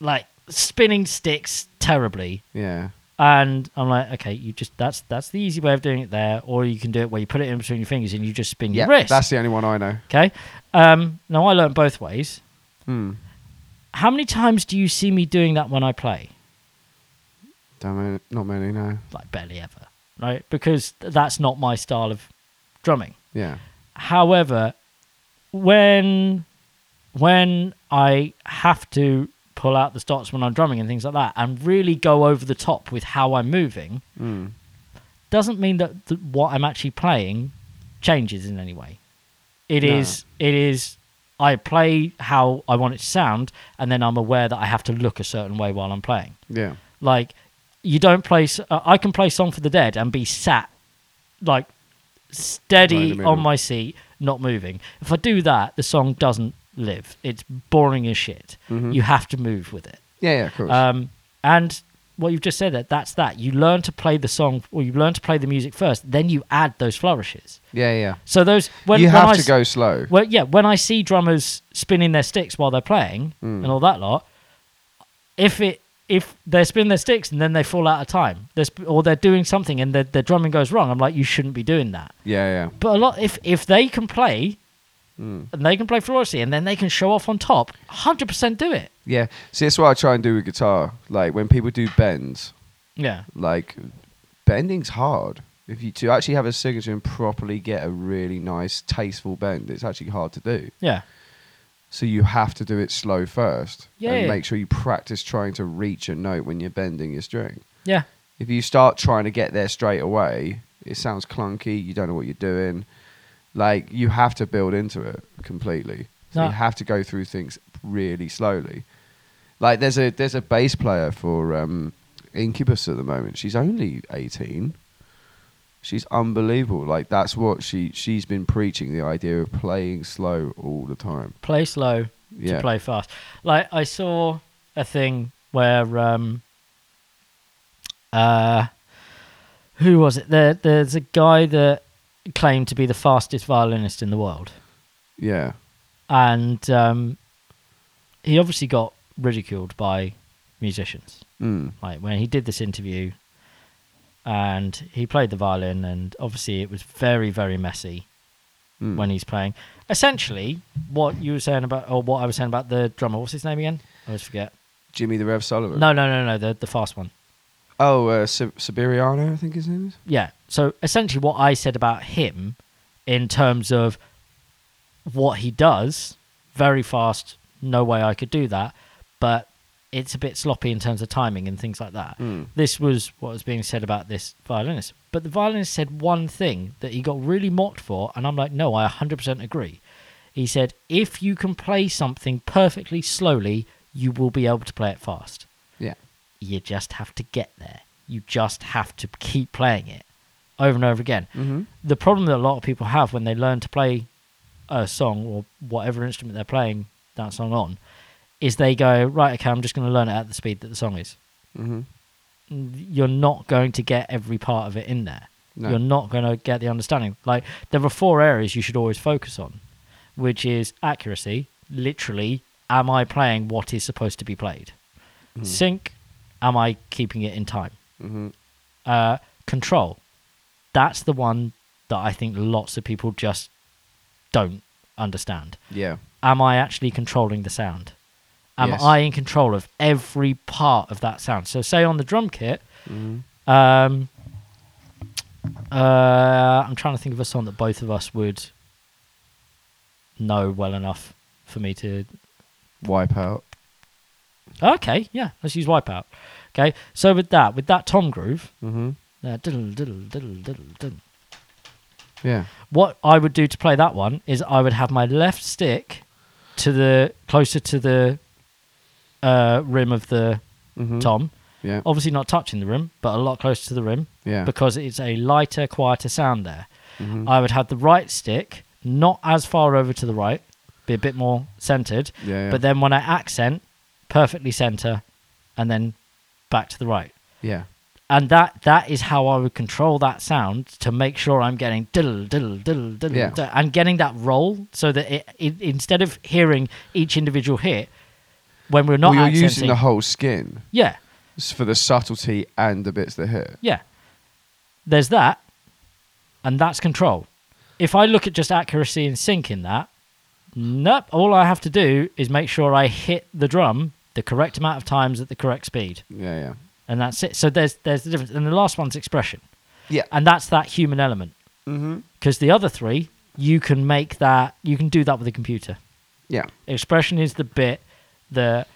like spinning sticks terribly,
Yeah.
and I'm like, okay, you just that's that's the easy way of doing it there, or you can do it where you put it in between your fingers and you just spin your wrist.
That's the only one I know.
okay. Um, now I learned both ways.
Hmm.
How many times do you see me doing that when I play?
Don't many, not many, no.
Like barely ever, right? Because th- that's not my style of drumming.
Yeah.
However, when when I have to pull out the stops when I'm drumming and things like that, and really go over the top with how I'm moving, doesn't mean that th- what I'm actually playing changes in any way. It
No.
is it is I play how I want it to sound, and then I'm aware that I have to look a certain way while I'm playing.
Yeah.
Like you don't play. s- uh, I can play "Song for the Dead" and be sat like
Right in
steady
the middle.
on my seat, not moving. If I do that, the song doesn't live. It's boring as shit.
Mm-hmm.
You have to move with it.
Yeah, yeah, of course.
Um, and what you've just said that that's that. You learn to play the song, or you learn to play the music first. Then you add those flourishes.
yeah, yeah.
So those when
you
when
have
I
to
s-
go slow.
well, yeah, when I see drummers spinning their sticks while they're playing and all that lot, if it if they're spinning their sticks and then they fall out of time, they're sp- or they're doing something and their their drumming goes wrong, I'm like, you shouldn't be doing that.
Yeah, yeah.
But a lot if if they can play and they can play flawlessly and then they can show off on top, hundred percent do it.
Yeah. See, that's what I try and do with guitar. Like when people do bends,
Yeah,
like bending's hard. If you to actually have a signature and properly get a really nice, tasteful bend, it's actually hard to do.
yeah,
So you have to do it slow first,
Yeah,
and
yeah.
make sure you practice trying to reach a note when you're bending your string.
yeah,
If you start trying to get there straight away, it sounds clunky. You don't know what you're doing. Like you have to build into it completely. So
No.
you have to go through things really slowly. Like there's a there's a bass player for um, Incubus at the moment. She's only 18. She's unbelievable. Like that's what she she's been preaching the idea of playing slow all the time.
play slow
Yeah.
to play fast. Like I saw a thing where um uh who was it? There there's a guy that claimed to be the fastest violinist in the world.
Yeah.
And um he obviously got ridiculed by musicians.
Mm.
Like when he did this interview and he played the violin and obviously it was very, very messy
Mm.
when he's playing. Essentially, what you were saying about, or what I was saying about the drummer, what's his name again? I always forget.
Jimmy the Rev Sullivan.
No, no, no, no, the, the fast one.
Oh, uh, Sib- Siberiano, I think his name is.
Yeah. So essentially, what I said about him in terms of what he does, very fast, no way I could do that, but it's a bit sloppy in terms of timing and things like that. This was what was being said about this violinist. But the violinist said one thing that he got really mocked for, and I'm like, no, I 100% agree. He said, if you can play something perfectly slowly, you will be able to play it fast
Yeah.
you just have to get there. You just have to keep playing it over and over again. The problem that a lot of people have when they learn to play a song or whatever instrument they're playing that song on is they go, right, okay, I'm just going to learn it at the speed that the song is.
Mhm.
You're not going to get every part of it in there.
No.
You're not going to get the understanding. Like, there are four areas you should always focus on, which is accuracy, literally, am I playing what is supposed to be played? Sync, am I keeping it in time?
Mhm.
Uh, control, that's the one that I think lots of people just don't understand.
Yeah.
Am I actually controlling the sound? Am
Yes.
I in control of every part of that sound? So, say on the drum kit, um, uh, I'm trying to think of a song that both of us would know well enough for me to
Wipe out.
Okay, yeah, let's use Wipeout. Okay, so with that, with that tom groove,
Mm-hmm.
uh, diddle, diddle, diddle, diddle, diddle.
Yeah.
what I would do to play that one is I would have my left stick to the closer to the uh, rim of the
Mhm.
tom.
Yeah.
Obviously, not touching the rim, but a lot closer to the rim
Yeah. Mm-hmm.
because it's a lighter, quieter sound there. I would have the right stick not as far over to the right, be a bit more centered.
Yeah, yeah.
But then when I accent, perfectly center, and then back to the right.
yeah.
And that that is how I would control that sound to make sure I'm getting diddle diddle diddle diddle
Yeah.
diddle, and getting that roll so that it, it instead of hearing each individual hit when we're not
well, you're using
accenting,
the whole skin
yeah
s- for the subtlety and the bits that hit.
Yeah. There's that, and that's control. If I look at just accuracy and sync in that, nope, all I have to do is make sure I hit the drum the correct amount of times at the correct speed.
Yeah. Yeah.
And that's it. So there's there's the difference. And the last one's expression.
Yeah.
And that's that human element.
Mm-hmm.
Because the other three you can make that you can do that with a computer
Yeah.
expression is the bit that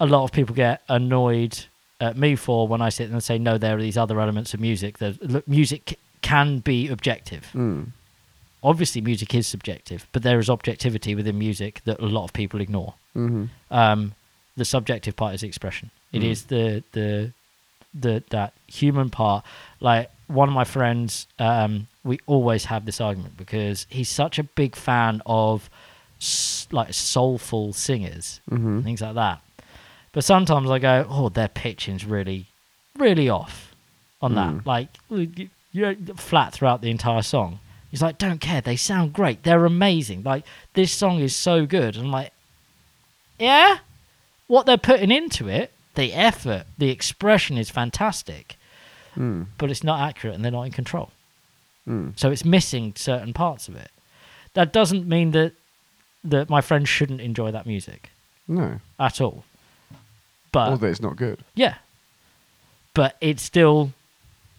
a lot of people get annoyed at me for when I sit and say, no, there are these other elements of music. That look, music c- can be objective. Obviously, music is subjective, but there is objectivity within music that a lot of people ignore. Um, the subjective part is expression. It is the the the that human part. Like one of my friends, um, we always have this argument because he's such a big fan of s- like soulful singers, and things like that. But sometimes I go, oh, their pitching's really, really off on that. Like you- you're flat throughout the entire song. He's like, don't care. They sound great. They're amazing. Like this song is so good. And I'm like, yeah, what they're putting into it, the effort, the expression is fantastic,
Hmm.
but it's not accurate and they're not in control. So it's missing certain parts of it. That doesn't mean that that my friends shouldn't enjoy that music
No.
at all. But
Although it's not good.
yeah. But it's still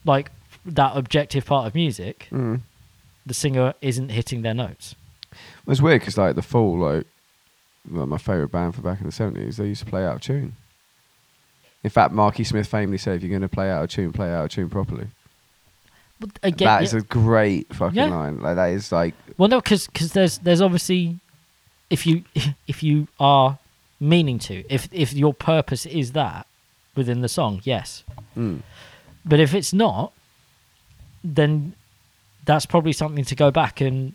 like that objective part of music.
Hmm.
The singer isn't hitting their notes.
Well, It's weird because like the Fall, like, like my favorite band for back in the seventies, they used to play out of tune. In fact, Marky Smith famously said, "If you're going to play out of tune, play out of tune properly."
But again,
That
yeah-
is a great fucking
Yeah.
line. Like that is like
Well, no, because there's there's obviously if you <laughs> if you are meaning to if if your purpose is that within the song, yes. But if it's not, then that's probably something to go back and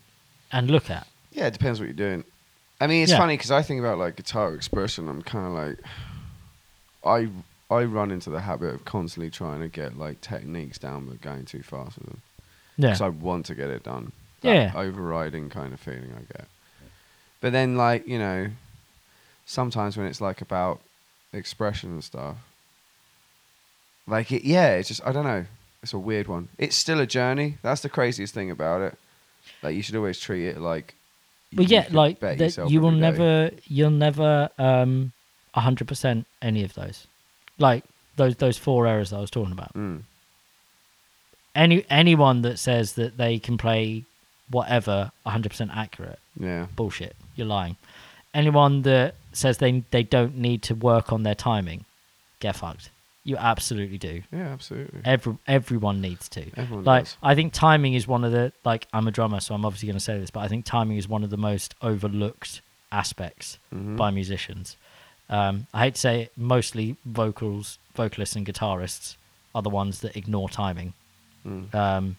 and look at.
Yeah, it depends what you're doing. I mean, it's
Yeah.
funny because I think about like guitar expression. I'm kind of like, I I run into the habit of constantly trying to get like techniques down, but going too fast with them
Yeah,
because I want to get it done.
Yeah.
That overriding kind of feeling I get. But then, like you know, sometimes when it's like about expression and stuff, like it, yeah, it's just I don't know. It's a weird one. It's still a journey. That's the craziest thing about it. Like you should always treat it like.
but yeah,
can
like
better
that
yourself
you will
every day.
never you'll never um hundred percent any of those, like those those four errors that I was talking about.
Mm.
Any anyone that says that they can play whatever hundred percent accurate
Yeah.
bullshit. You're lying. Anyone that says they they don't need to work on their timing, get fucked. You absolutely do.
Yeah, absolutely.
Every everyone needs to.
Everyone
like
does.
I think timing is one of the like I'm a drummer, so I'm obviously going to say this, but I think timing is one of the most overlooked aspects
Mm-hmm.
by musicians. Um, I hate to say it, mostly vocals, vocalists and guitarists are the ones that ignore timing.
Mm.
Um,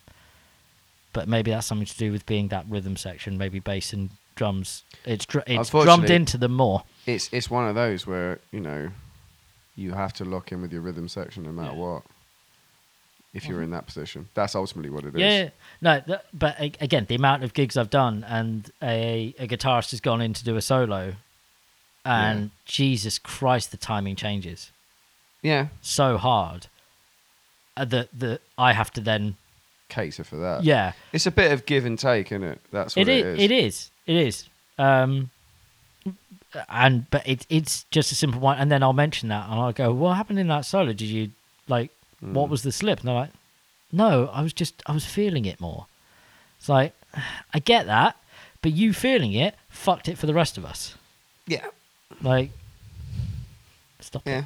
but maybe that's something to do with being that rhythm section. Maybe bass and drums. It's dr- it's drummed
Unfortunately-
into them more.
It's it's one of those where you know you have to lock in with your rhythm section no matter
Yeah. Mm-hmm.
what. If you're in that position, that's ultimately what it is.
Yeah, no, th- but a- again, the amount of gigs I've done, and a, a guitarist has gone in to do a solo, and Jesus Christ, the timing changes
Yeah.
so hard uh, that that I have to then,
Cater for that.
yeah,
It's a bit of give and take, isn't it? That's what
it is,
is.
it is, it is, um, and but it it's just a simple one, and then I'll mention that, and I'll go, what happened in that solo? Did you like what was the slip? And they're like, no, I was just I was feeling it more. It's like, I get that, but you feeling it fucked it for the rest of us.
Yeah.
Like, stop it.
Yeah.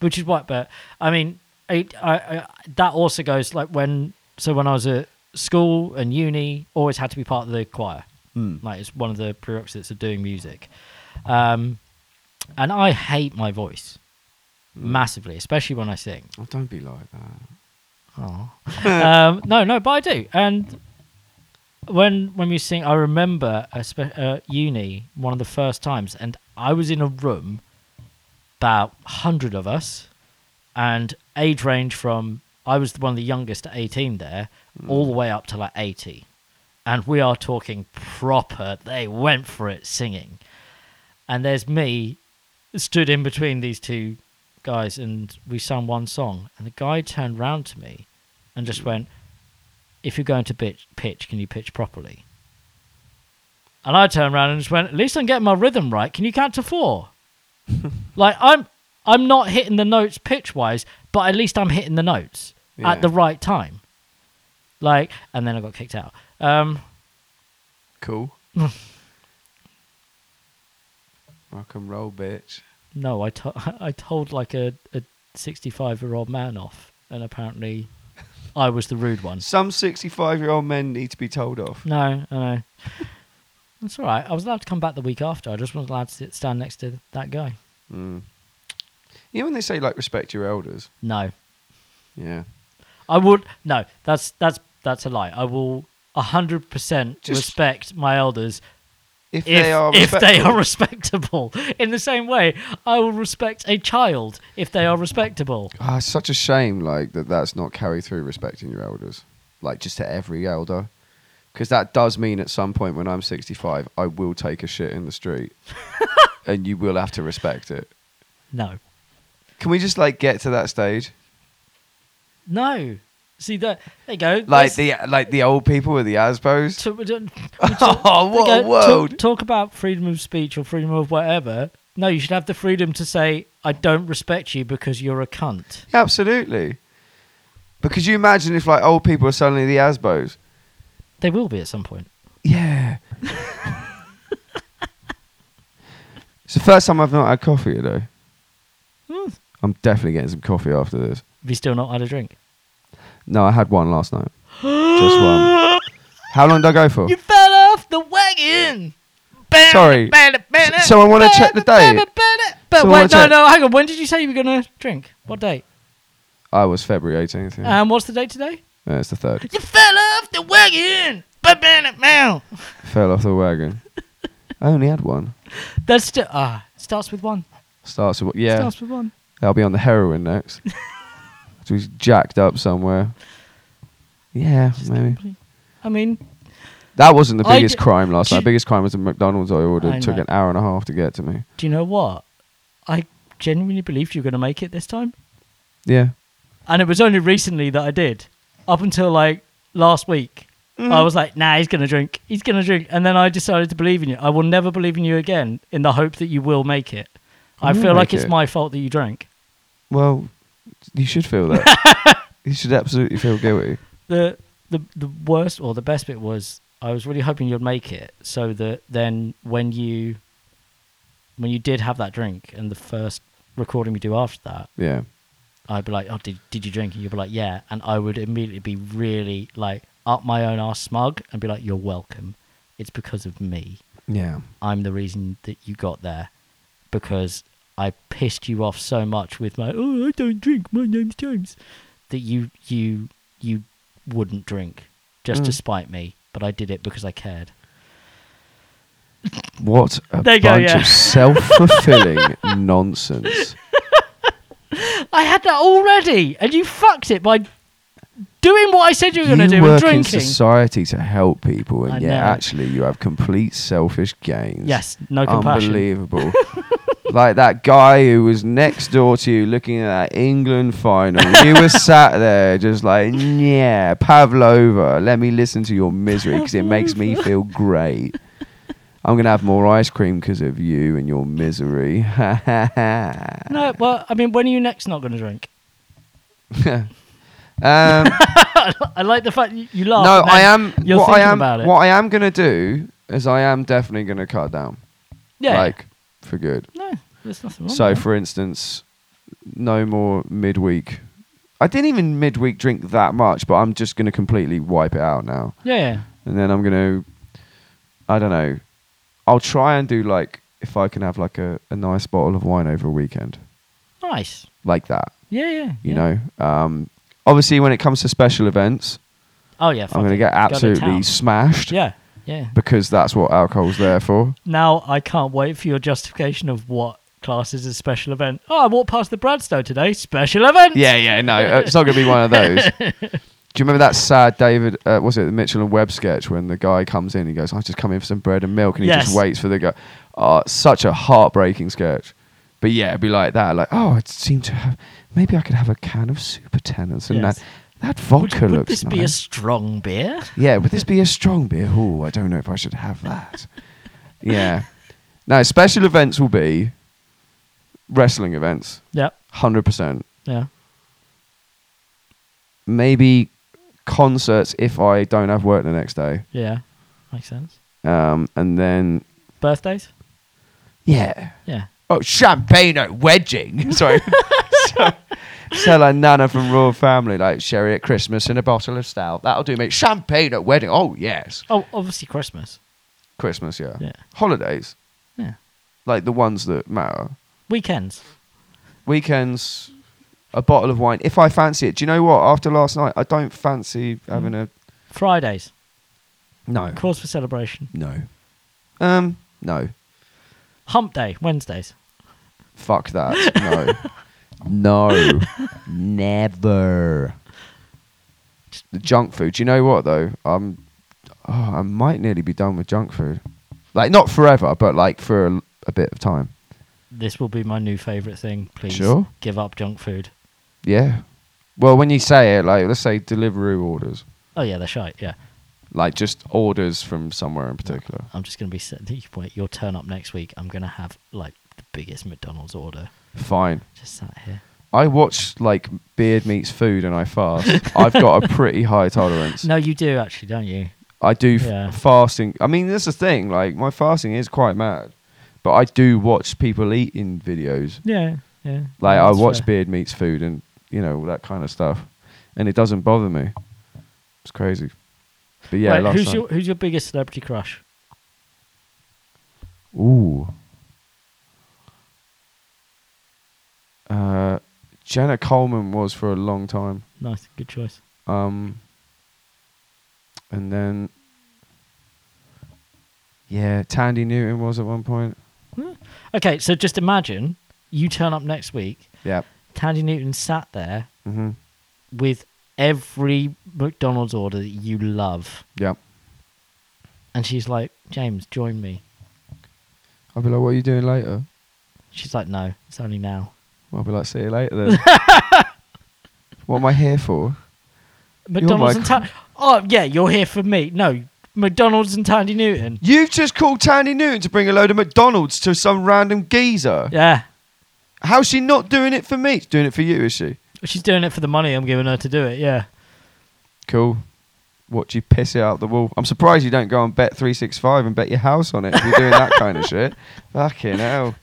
Which is what, but I mean, it, I, I, that also goes like when, so when I was at school and uni, always had to be part of the choir. Like, it's one of the prerequisites of doing music. Um, and I hate my voice massively, especially when I sing.
Oh, don't be like that.
um, no, no, but I do. And when when we sing, I remember at spe- uh, uni one of the first times, and I was in a room, about hundred of us, and age range from I was one of the youngest at eighteen there, all the way up to like eighty, and we are talking proper. They went for it singing, and there's me stood in between these two guys and we sang one song and the guy turned round to me and just went if you're going to pitch, pitch can you pitch properly and i turned around and just went at least i'm getting my rhythm right can you count to four like i'm i'm not hitting the notes pitch wise but at least i'm hitting the notes
Yeah.
at the right time like and then i got kicked out um <laughs>
cool. Rock and roll, bitch.
No, I, to- <laughs> I told like a, a 65 year old man off, and apparently I was the rude one.
Some 65 year old men need to be told off.
No, I know. That's all right. I was allowed to come back the week after. I just wasn't allowed to sit, stand next to that guy.
Mm. You know when they say, like, respect your elders?
No,
Yeah.
I would. No, that's that's that's a lie. I will hundred percent
Just-
respect my elders
If,
if
they are
if they
respectful.
are <laughs> respectable. In the same way, I will respect a child if they are respectable.
Ah, it's such a shame, like, that that's not carried through respecting your elders. Like, just to every elder. Because that does mean at some point when I'm 65, I will take a shit in the street. and you will have to respect it.
No,
Can we just, like, get to that stage?
no. See that? There you go.
Like
That's-
the like the old people with the Asbos.
to- we don't-
<laughs> Oh, what
go,
a
"Talk-
world!
Talk, about freedom of speech or freedom of whatever. No, you should have the freedom to say, I don't respect you because you're a cunt.
Yeah, absolutely. But could you imagine if like old people are suddenly the Asbos?
They will be at some point.
Yeah. it's the first time I've not had coffee today.
Hmm.
I'm definitely getting some coffee after this.
Have you still not had a drink?
No, I had one last night. Just one. How long did I go for?
You fell off the wagon! Bam,
Oh. Sorry.
bam, bam,
S- so I wanna
bam,
check the
bam,
date.
bam, bam. But
So I wanna
wait, no,
check-
no, hang on. When did you say you were going to drink? What date?
I was February 18th.
And
Yeah.
what's the date today?
Yeah, it's the third.
You fell off the wagon! Bam, bam, bam.
Fell off the wagon. I only had one.
That's still. Ah, starts with one.
Starts with yeah.
Starts with one.
That'll be on the heroin
<laughs>
next. so he's jacked up somewhere. Yeah, maybe.
I mean,
That wasn't the
I
biggest
d-
crime last night.
do-
The biggest crime was the McDonald's I ordered.
I
It took
know.
an hour and a half to get to me.
do you know what? I genuinely believed you were going to make it this time.
Yeah.
And it was only recently that I did. Up until like last week,
Mm.
I was like, nah, he's going to drink. He's going to drink. And then I decided to believe in you. I will never believe in you again in the hope that you will make it. I,
I will
feel like
make
it's
it.
my fault that you drank.
Well, you should feel that.
<laughs>
you should absolutely feel guilty.
The, the, the worst or the best bit was I was really hoping you'd make it so that then when you when you did have that drink and the first recording we do after that
Yeah.
I'd be like, "Oh, did did you drink?" And you'd be like, "Yeah," and I would immediately be really like up my own ass smug and be like, "You're welcome. It's because of me.
Yeah.
I'm the reason that you got there because I pissed you off so much with my oh I don't drink. My name's James that you you you wouldn't drink just to
Mm.
spite me, but I did it because I cared.
What a
There you
bunch
go, yeah. <laughs>
of self fulfilling nonsense.
I had that already, and you fucked it by doing what I said you were going to
you
do and
work in
drinking.
society to help people, and
I
yet
know.
actually you have complete selfish gains.
Yes, no compassion. <laughs>
Unbelievable. like that guy who was next door to you looking at that England final. you
<laughs>
were sat there just like, yeah, Pavlova, let me listen to your misery because it makes me feel great. I'm going to have more ice cream because of you and your misery. <laughs>
No, well, I mean, when are you next not going to drink?
<laughs>
<laughs>
um,
I like the fact you, you laugh.
no,
and
I
then
am.
Oh, You're
what I
thinking
am,
about it.
what I am going to do is I am definitely going to cut down.
yeah. Oh.
Like, for good.
no, there's nothing wrong.
So,
with that.
for instance, no more midweek. I didn't even midweek drink that much, but I'm just going to completely wipe it out now.
yeah, yeah.
And then I'm going to, I don't know, I'll try and do like, if I can have like a, a nice bottle of wine over a weekend,
nice.
like that,
Yeah, yeah.
you
yeah.
know? Um, obviously, when it comes to special events,
Oh yeah. fuck
I'm going
it.
to get
Go to
absolutely
town.
smashed
yeah, yeah.
because that's what alcohol's there for.
Now I can't wait for your justification of what class is a special event. Oh, I walked past the Bradstow today. Special event.
<laughs> Yeah, yeah, no, uh, it's not going to be one of those. <laughs> Do you remember that sad David? Uh, was it the Mitchell and Webb sketch when the guy comes in? He goes, "I just come in for some bread and milk," and he
Yes.
just waits for the guy. Oh, it's such a heartbreaking sketch. But yeah, it'd be like that. Like, oh, it seemed to have. Maybe I could have a can of Super Tenors and
Yes.
that. That
Would,
vodka
would
looks
this
nice.
be a strong beer?
yeah, <laughs> would this be a strong beer? Oh, I don't know if I should have that. yeah. <laughs> Now, special events will be wrestling events,
Yep.
hundred percent
Yeah.
maybe concerts if I don't have work the next day.
Yeah. Makes sense.
Um, and then
Birthdays?
yeah,
Yeah.
oh champagne at wedding. <laughs> Sorry, so, so like Nana from Royal Family, like sherry at Christmas and a bottle of stout. That'll do me. Champagne at wedding. Oh yes,
Oh, obviously Christmas.
Christmas. Yeah,
Yeah.
holidays
Yeah.
like the ones that matter.
Weekends.
weekends, a bottle of wine if I fancy it. Do you know what? After last night, I don't fancy having a
Fridays.
no,
Cause for celebration.
no, um, no.
Hump day. Wednesdays.
Fuck that. No, no, never. The junk food. Do you know what though? I'm, oh, I might nearly be done with junk food. Like not forever, but like for a, a bit of time.
This will be my new favourite thing. Please
Sure.
give up junk food.
Yeah. Well, when you say it, like let's say delivery orders,
Oh, yeah, they're shite. Yeah.
like just orders from somewhere in particular.
I'm just going to be set. you- Wait, you'll turn up next week. I'm going to have like the biggest McDonald's order.
Fine.
Just sat here.
I watch like Beard Meets Food and I fast. I've got a pretty high tolerance.
No, you do actually, don't you?
I do f-
Yeah.
fasting. I mean, that's the thing. Like, my fasting is quite mad, but I do watch people eating videos.
Yeah. Yeah.
Like,
Yeah,
I
that's
watch
fair.
Beard Meets Food and, you know, all that kind of stuff. And it doesn't bother me. It's crazy. But yeah,
Wait,
last
who's
night-
your who's your biggest celebrity crush?
Ooh. Uh, Jenna Coleman was for a long time.
Nice, good choice.
Um, and then, yeah, Tandy Newton was at one point.
Okay, so just imagine you turn up next week.
Yeah.
Tandy Newton sat there
Mm-hmm.
with every McDonald's order that you love,
Yeah.
and she's like, "James, join me."
I'll be like, what are you doing later?
She's like, "No, it's only now."
I'll be like, see you later <laughs> then. what am I here for?
McDonald's
my
and Tandy. Oh yeah, you're here for me. No, McDonald's and Tandy Newton.
You've just called Tandy Newton to bring a load of McDonald's to some random geezer.
Yeah,
How's she not doing it for me? She's doing it for you, is she?
she's doing it for the money I'm giving her to do it. Yeah.
Cool. Watch you piss it out the wall. I'm surprised you don't go on bet three six five and bet your house on it if you're doing that kind of <laughs> shit. Fucking hell.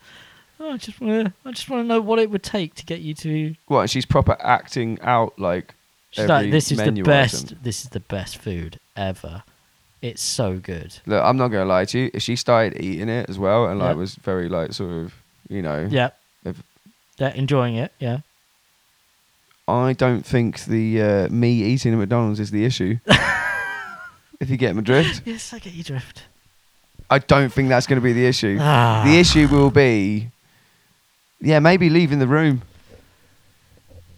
Oh, I just want to. I just want to know what it would take to get you to
What? And she's proper acting out like.
She's
every
like, this is the
menu
best.
item.
This is the best food ever. It's so good.
Look, I'm not gonna lie to you. She started eating it as well, and like
Yeah.
was very like sort of, you know.
Yeah,
if-
they're enjoying it. Yeah,
I don't think the uh, me eating at McDonald's is the
<laughs>
issue. if you get my drift,
yes, I get you drift.
I don't think that's gonna be the issue.
Ah.
The issue will be, yeah, maybe leaving the room. <laughs>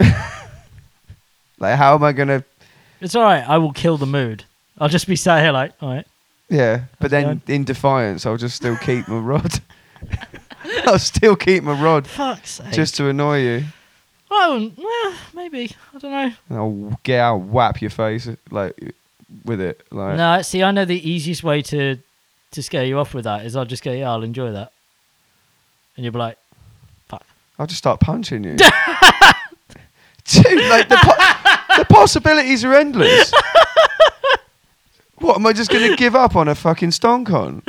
like, how am I gonna?
It's all right. I will kill the mood. I'll just be sat here like, all right.
Yeah, but then in defiance, I'll just still keep my rod. <laughs> I'll still keep my rod
Fuck's sake.
just to annoy you.
oh, well, maybe I don't know.
And I'll get out, whap your face like with it. Like,
No, see, I know the easiest way to to scare you off with that is I'll just go, yeah, I'll enjoy that, and you'll be like, <laughs> fuck.
I'll just start punching you. <laughs> Dude, like the, po- the possibilities are endless. What am I just going to give up on a fucking stonk on?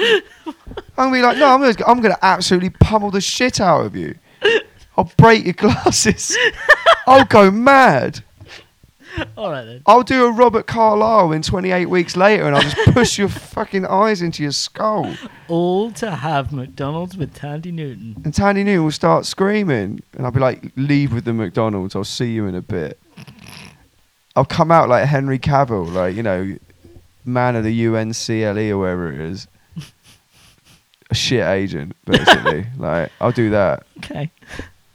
I'm gonna be like, no, I'm gonna, I'm gonna absolutely pummel the shit out of you. I'll break your glasses. I'll go mad.
All right then.
I'll do a Robert Carlyle in 28 weeks later, and I'll just push your fucking eyes into your skull.
All to have McDonald's with Tandy Newton.
And Tandy Newton will start screaming, and I'll be like, "Leave with the McDonald's. I'll see you in a bit." I'll come out like Henry Cavill, like you know, man of the UNCLE E or wherever it is, <laughs> a shit agent basically. like I'll do that.
Okay,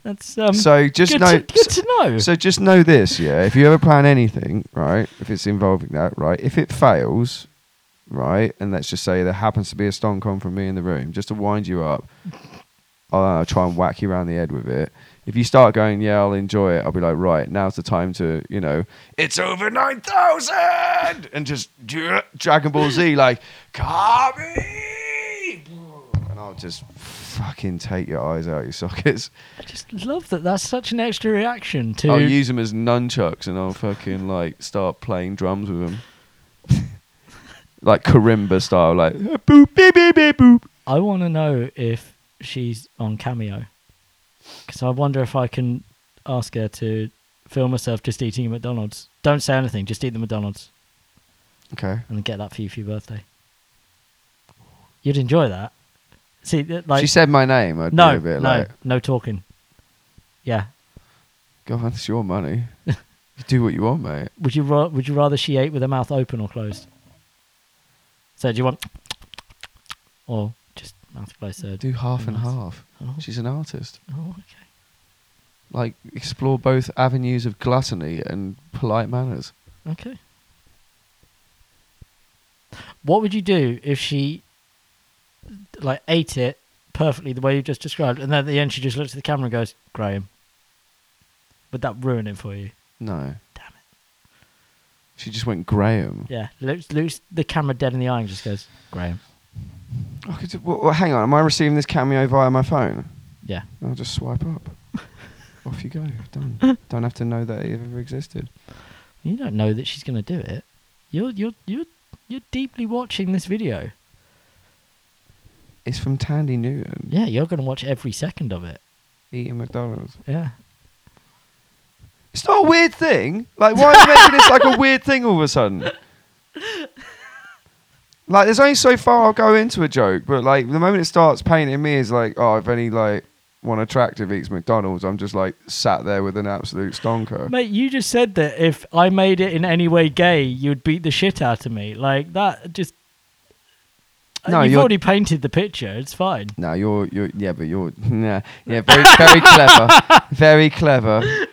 that's um.
So just
good
know,
to, good to know.
so just know this, yeah. If you ever plan anything, right, if it's involving that, right, if it fails, right, and let's just say there happens to be a stonk on from me in the room, just to wind you up, I'll uh, try and whack you around the head with it. If you start going, yeah, I'll enjoy it. I'll be like, right, now's the time to, you know, it's over nine thousand, and just "Dra- Dragon Ball Z, like, Kami, and I'll just fucking take your eyes out of your sockets.
I just love that. That's such an extra reaction to.
I'll use them as
<laughs>
nunchucks and I'll fucking like start playing drums with them. like karimba style, like boop beep beep beep boop.
I want to know if she's on Cameo because I wonder if I can ask her to film herself just eating a McDonald's. Don't say anything, just eat the McDonald's
Okay.
and get that for you for your birthday. You'd enjoy that. See, th- like
she said my name. I'd
no,
be a bit
no,
like,
no talking. Yeah.
God, that's your money. you do what you want, mate.
Would you ra- would you rather she ate with her mouth open or closed? So do you want or just mouth closed? So
Do half and
Nice.
half.
Oh,
She's an artist.
oh, okay.
Like explore both avenues of gluttony and polite manners.
Okay. What would you do if she like ate it perfectly the way you just described, and then at the end she just looks at the camera and goes, "Graham," would that ruin it for you?
No.
Damn it!
She just went Graham.
Yeah, looks looks the camera dead in the eye and just goes, "Graham."
I Oh, could, well, well, hang on, am I receiving this cameo via my phone?
Yeah,
I'll just swipe up. Off you go. Done. Don't have to know that it ever existed.
you don't know that she's gonna do it. You're you're you're you're deeply watching this video.
It's from Tandy Newton.
Yeah, you're gonna watch every second of it.
Eating McDonald's.
Yeah.
It's not a weird thing. Like, why are you making this like a weird thing all of a sudden? Like, there's only so far I'll go into a joke, but like the moment it starts painting me as like, oh, if any like one attractive eats McDonald's, I'm just like sat there with an absolute stonker.
Mate, you just said that if I made it in any way gay, you'd beat the shit out of me. Like that, just uh,
No,
you've
you're-
already painted the picture. It's fine.
No, you're you're yeah, but you're <laughs> nah, yeah, very very
<laughs>
clever, very clever.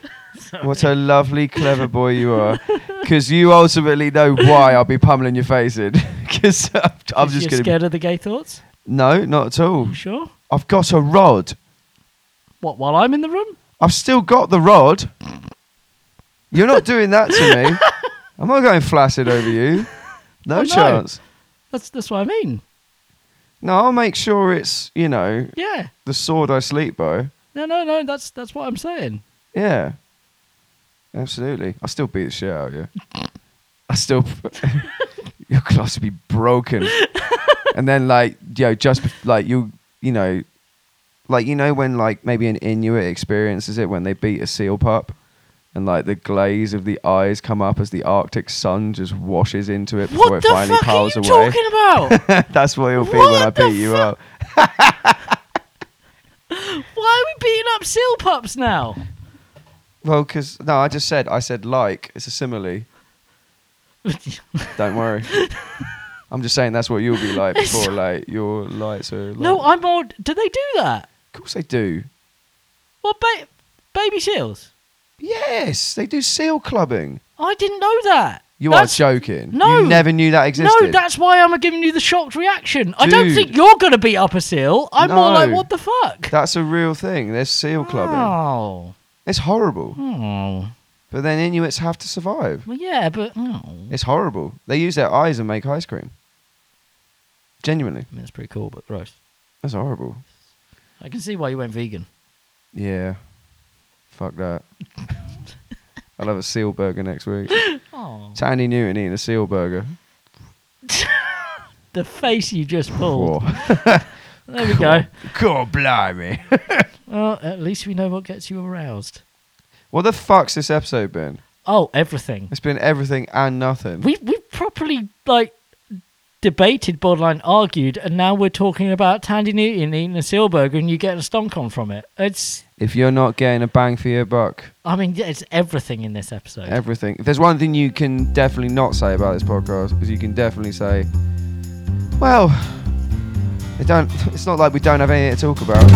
What a lovely clever boy you are, because you ultimately know why I'll be pummeling your face in. <laughs> Because I'm, I'm
Is
just gonna
you're
be-
scared of Oh, the gay thoughts.
no, not at all.
You sure?
I've got a rod.
What? While I'm in the room?
I've still got the rod. You're not doing that to
<laughs>
me. I'm not going flaccid over you. No
Oh, no.
chance.
That's that's what I mean.
No, I'll make sure it's you know
Yeah.
the sword I sleep by.
No, no, no. That's that's what I'm saying.
Yeah. Absolutely. I still beat the shit out of you. I still. <laughs> your class would be broken. and then, like, yo, just bef- like you, you know, like, you know, when like maybe an Inuit experiences it when they beat a seal pup and like the glaze of the eyes come up as the Arctic sun just washes into it before
What
it
the
finally
fuck are
piles
you
away.
talking
<laughs>
about?
That's what it'll be when
What
I
the
beat you up.
Why are we beating up seal pups now?
Well, because, no, I just said, I said like, it's a simile. Don't
<laughs>
worry. I'm just saying that's what you'll be like
It's- <laughs>
before, like your lights are. Like,
no, I'm all. Do they do that?
of course they do.
What ba- baby seals?
Yes, they do seal clubbing.
I didn't know that.
You
That's-
are joking.
No.
you never knew that existed.
No, that's why I'm giving you the shocked reaction. I don't
Dude.
think you're going to beat up a seal. I'm more
No.
like, what the fuck?
that's a real thing. There's seal
Ah.
clubbing.
Oh.
It's horrible,
oh.
but then Inuits have to survive.
Well, yeah, but. Oh. I mean,
It's horrible. They use their eyes and make ice cream. Genuinely,
that's pretty cool, but gross.
that's horrible.
I can see why you went vegan.
Yeah, fuck that. I'll have a seal burger next week.
Oh.
Tandy Newton eating a seal burger.
The face you just pulled.
Whoa.
There we go.
God blimey. <laughs>
Well, at least we know what gets you aroused.
What the fuck's this episode been?
Oh, everything.
It's been everything and nothing.
We we properly like debated, borderline argued, and now we're talking about Tandy Newton eating a seal burger, and you get a stonk on from it. It's
if you're not getting a bang for your buck,
I mean, yeah, it's everything in this episode.
everything. If there's one thing you can definitely not say about this podcast, is you can definitely say, well, it don't. It's not like we don't have anything to talk about.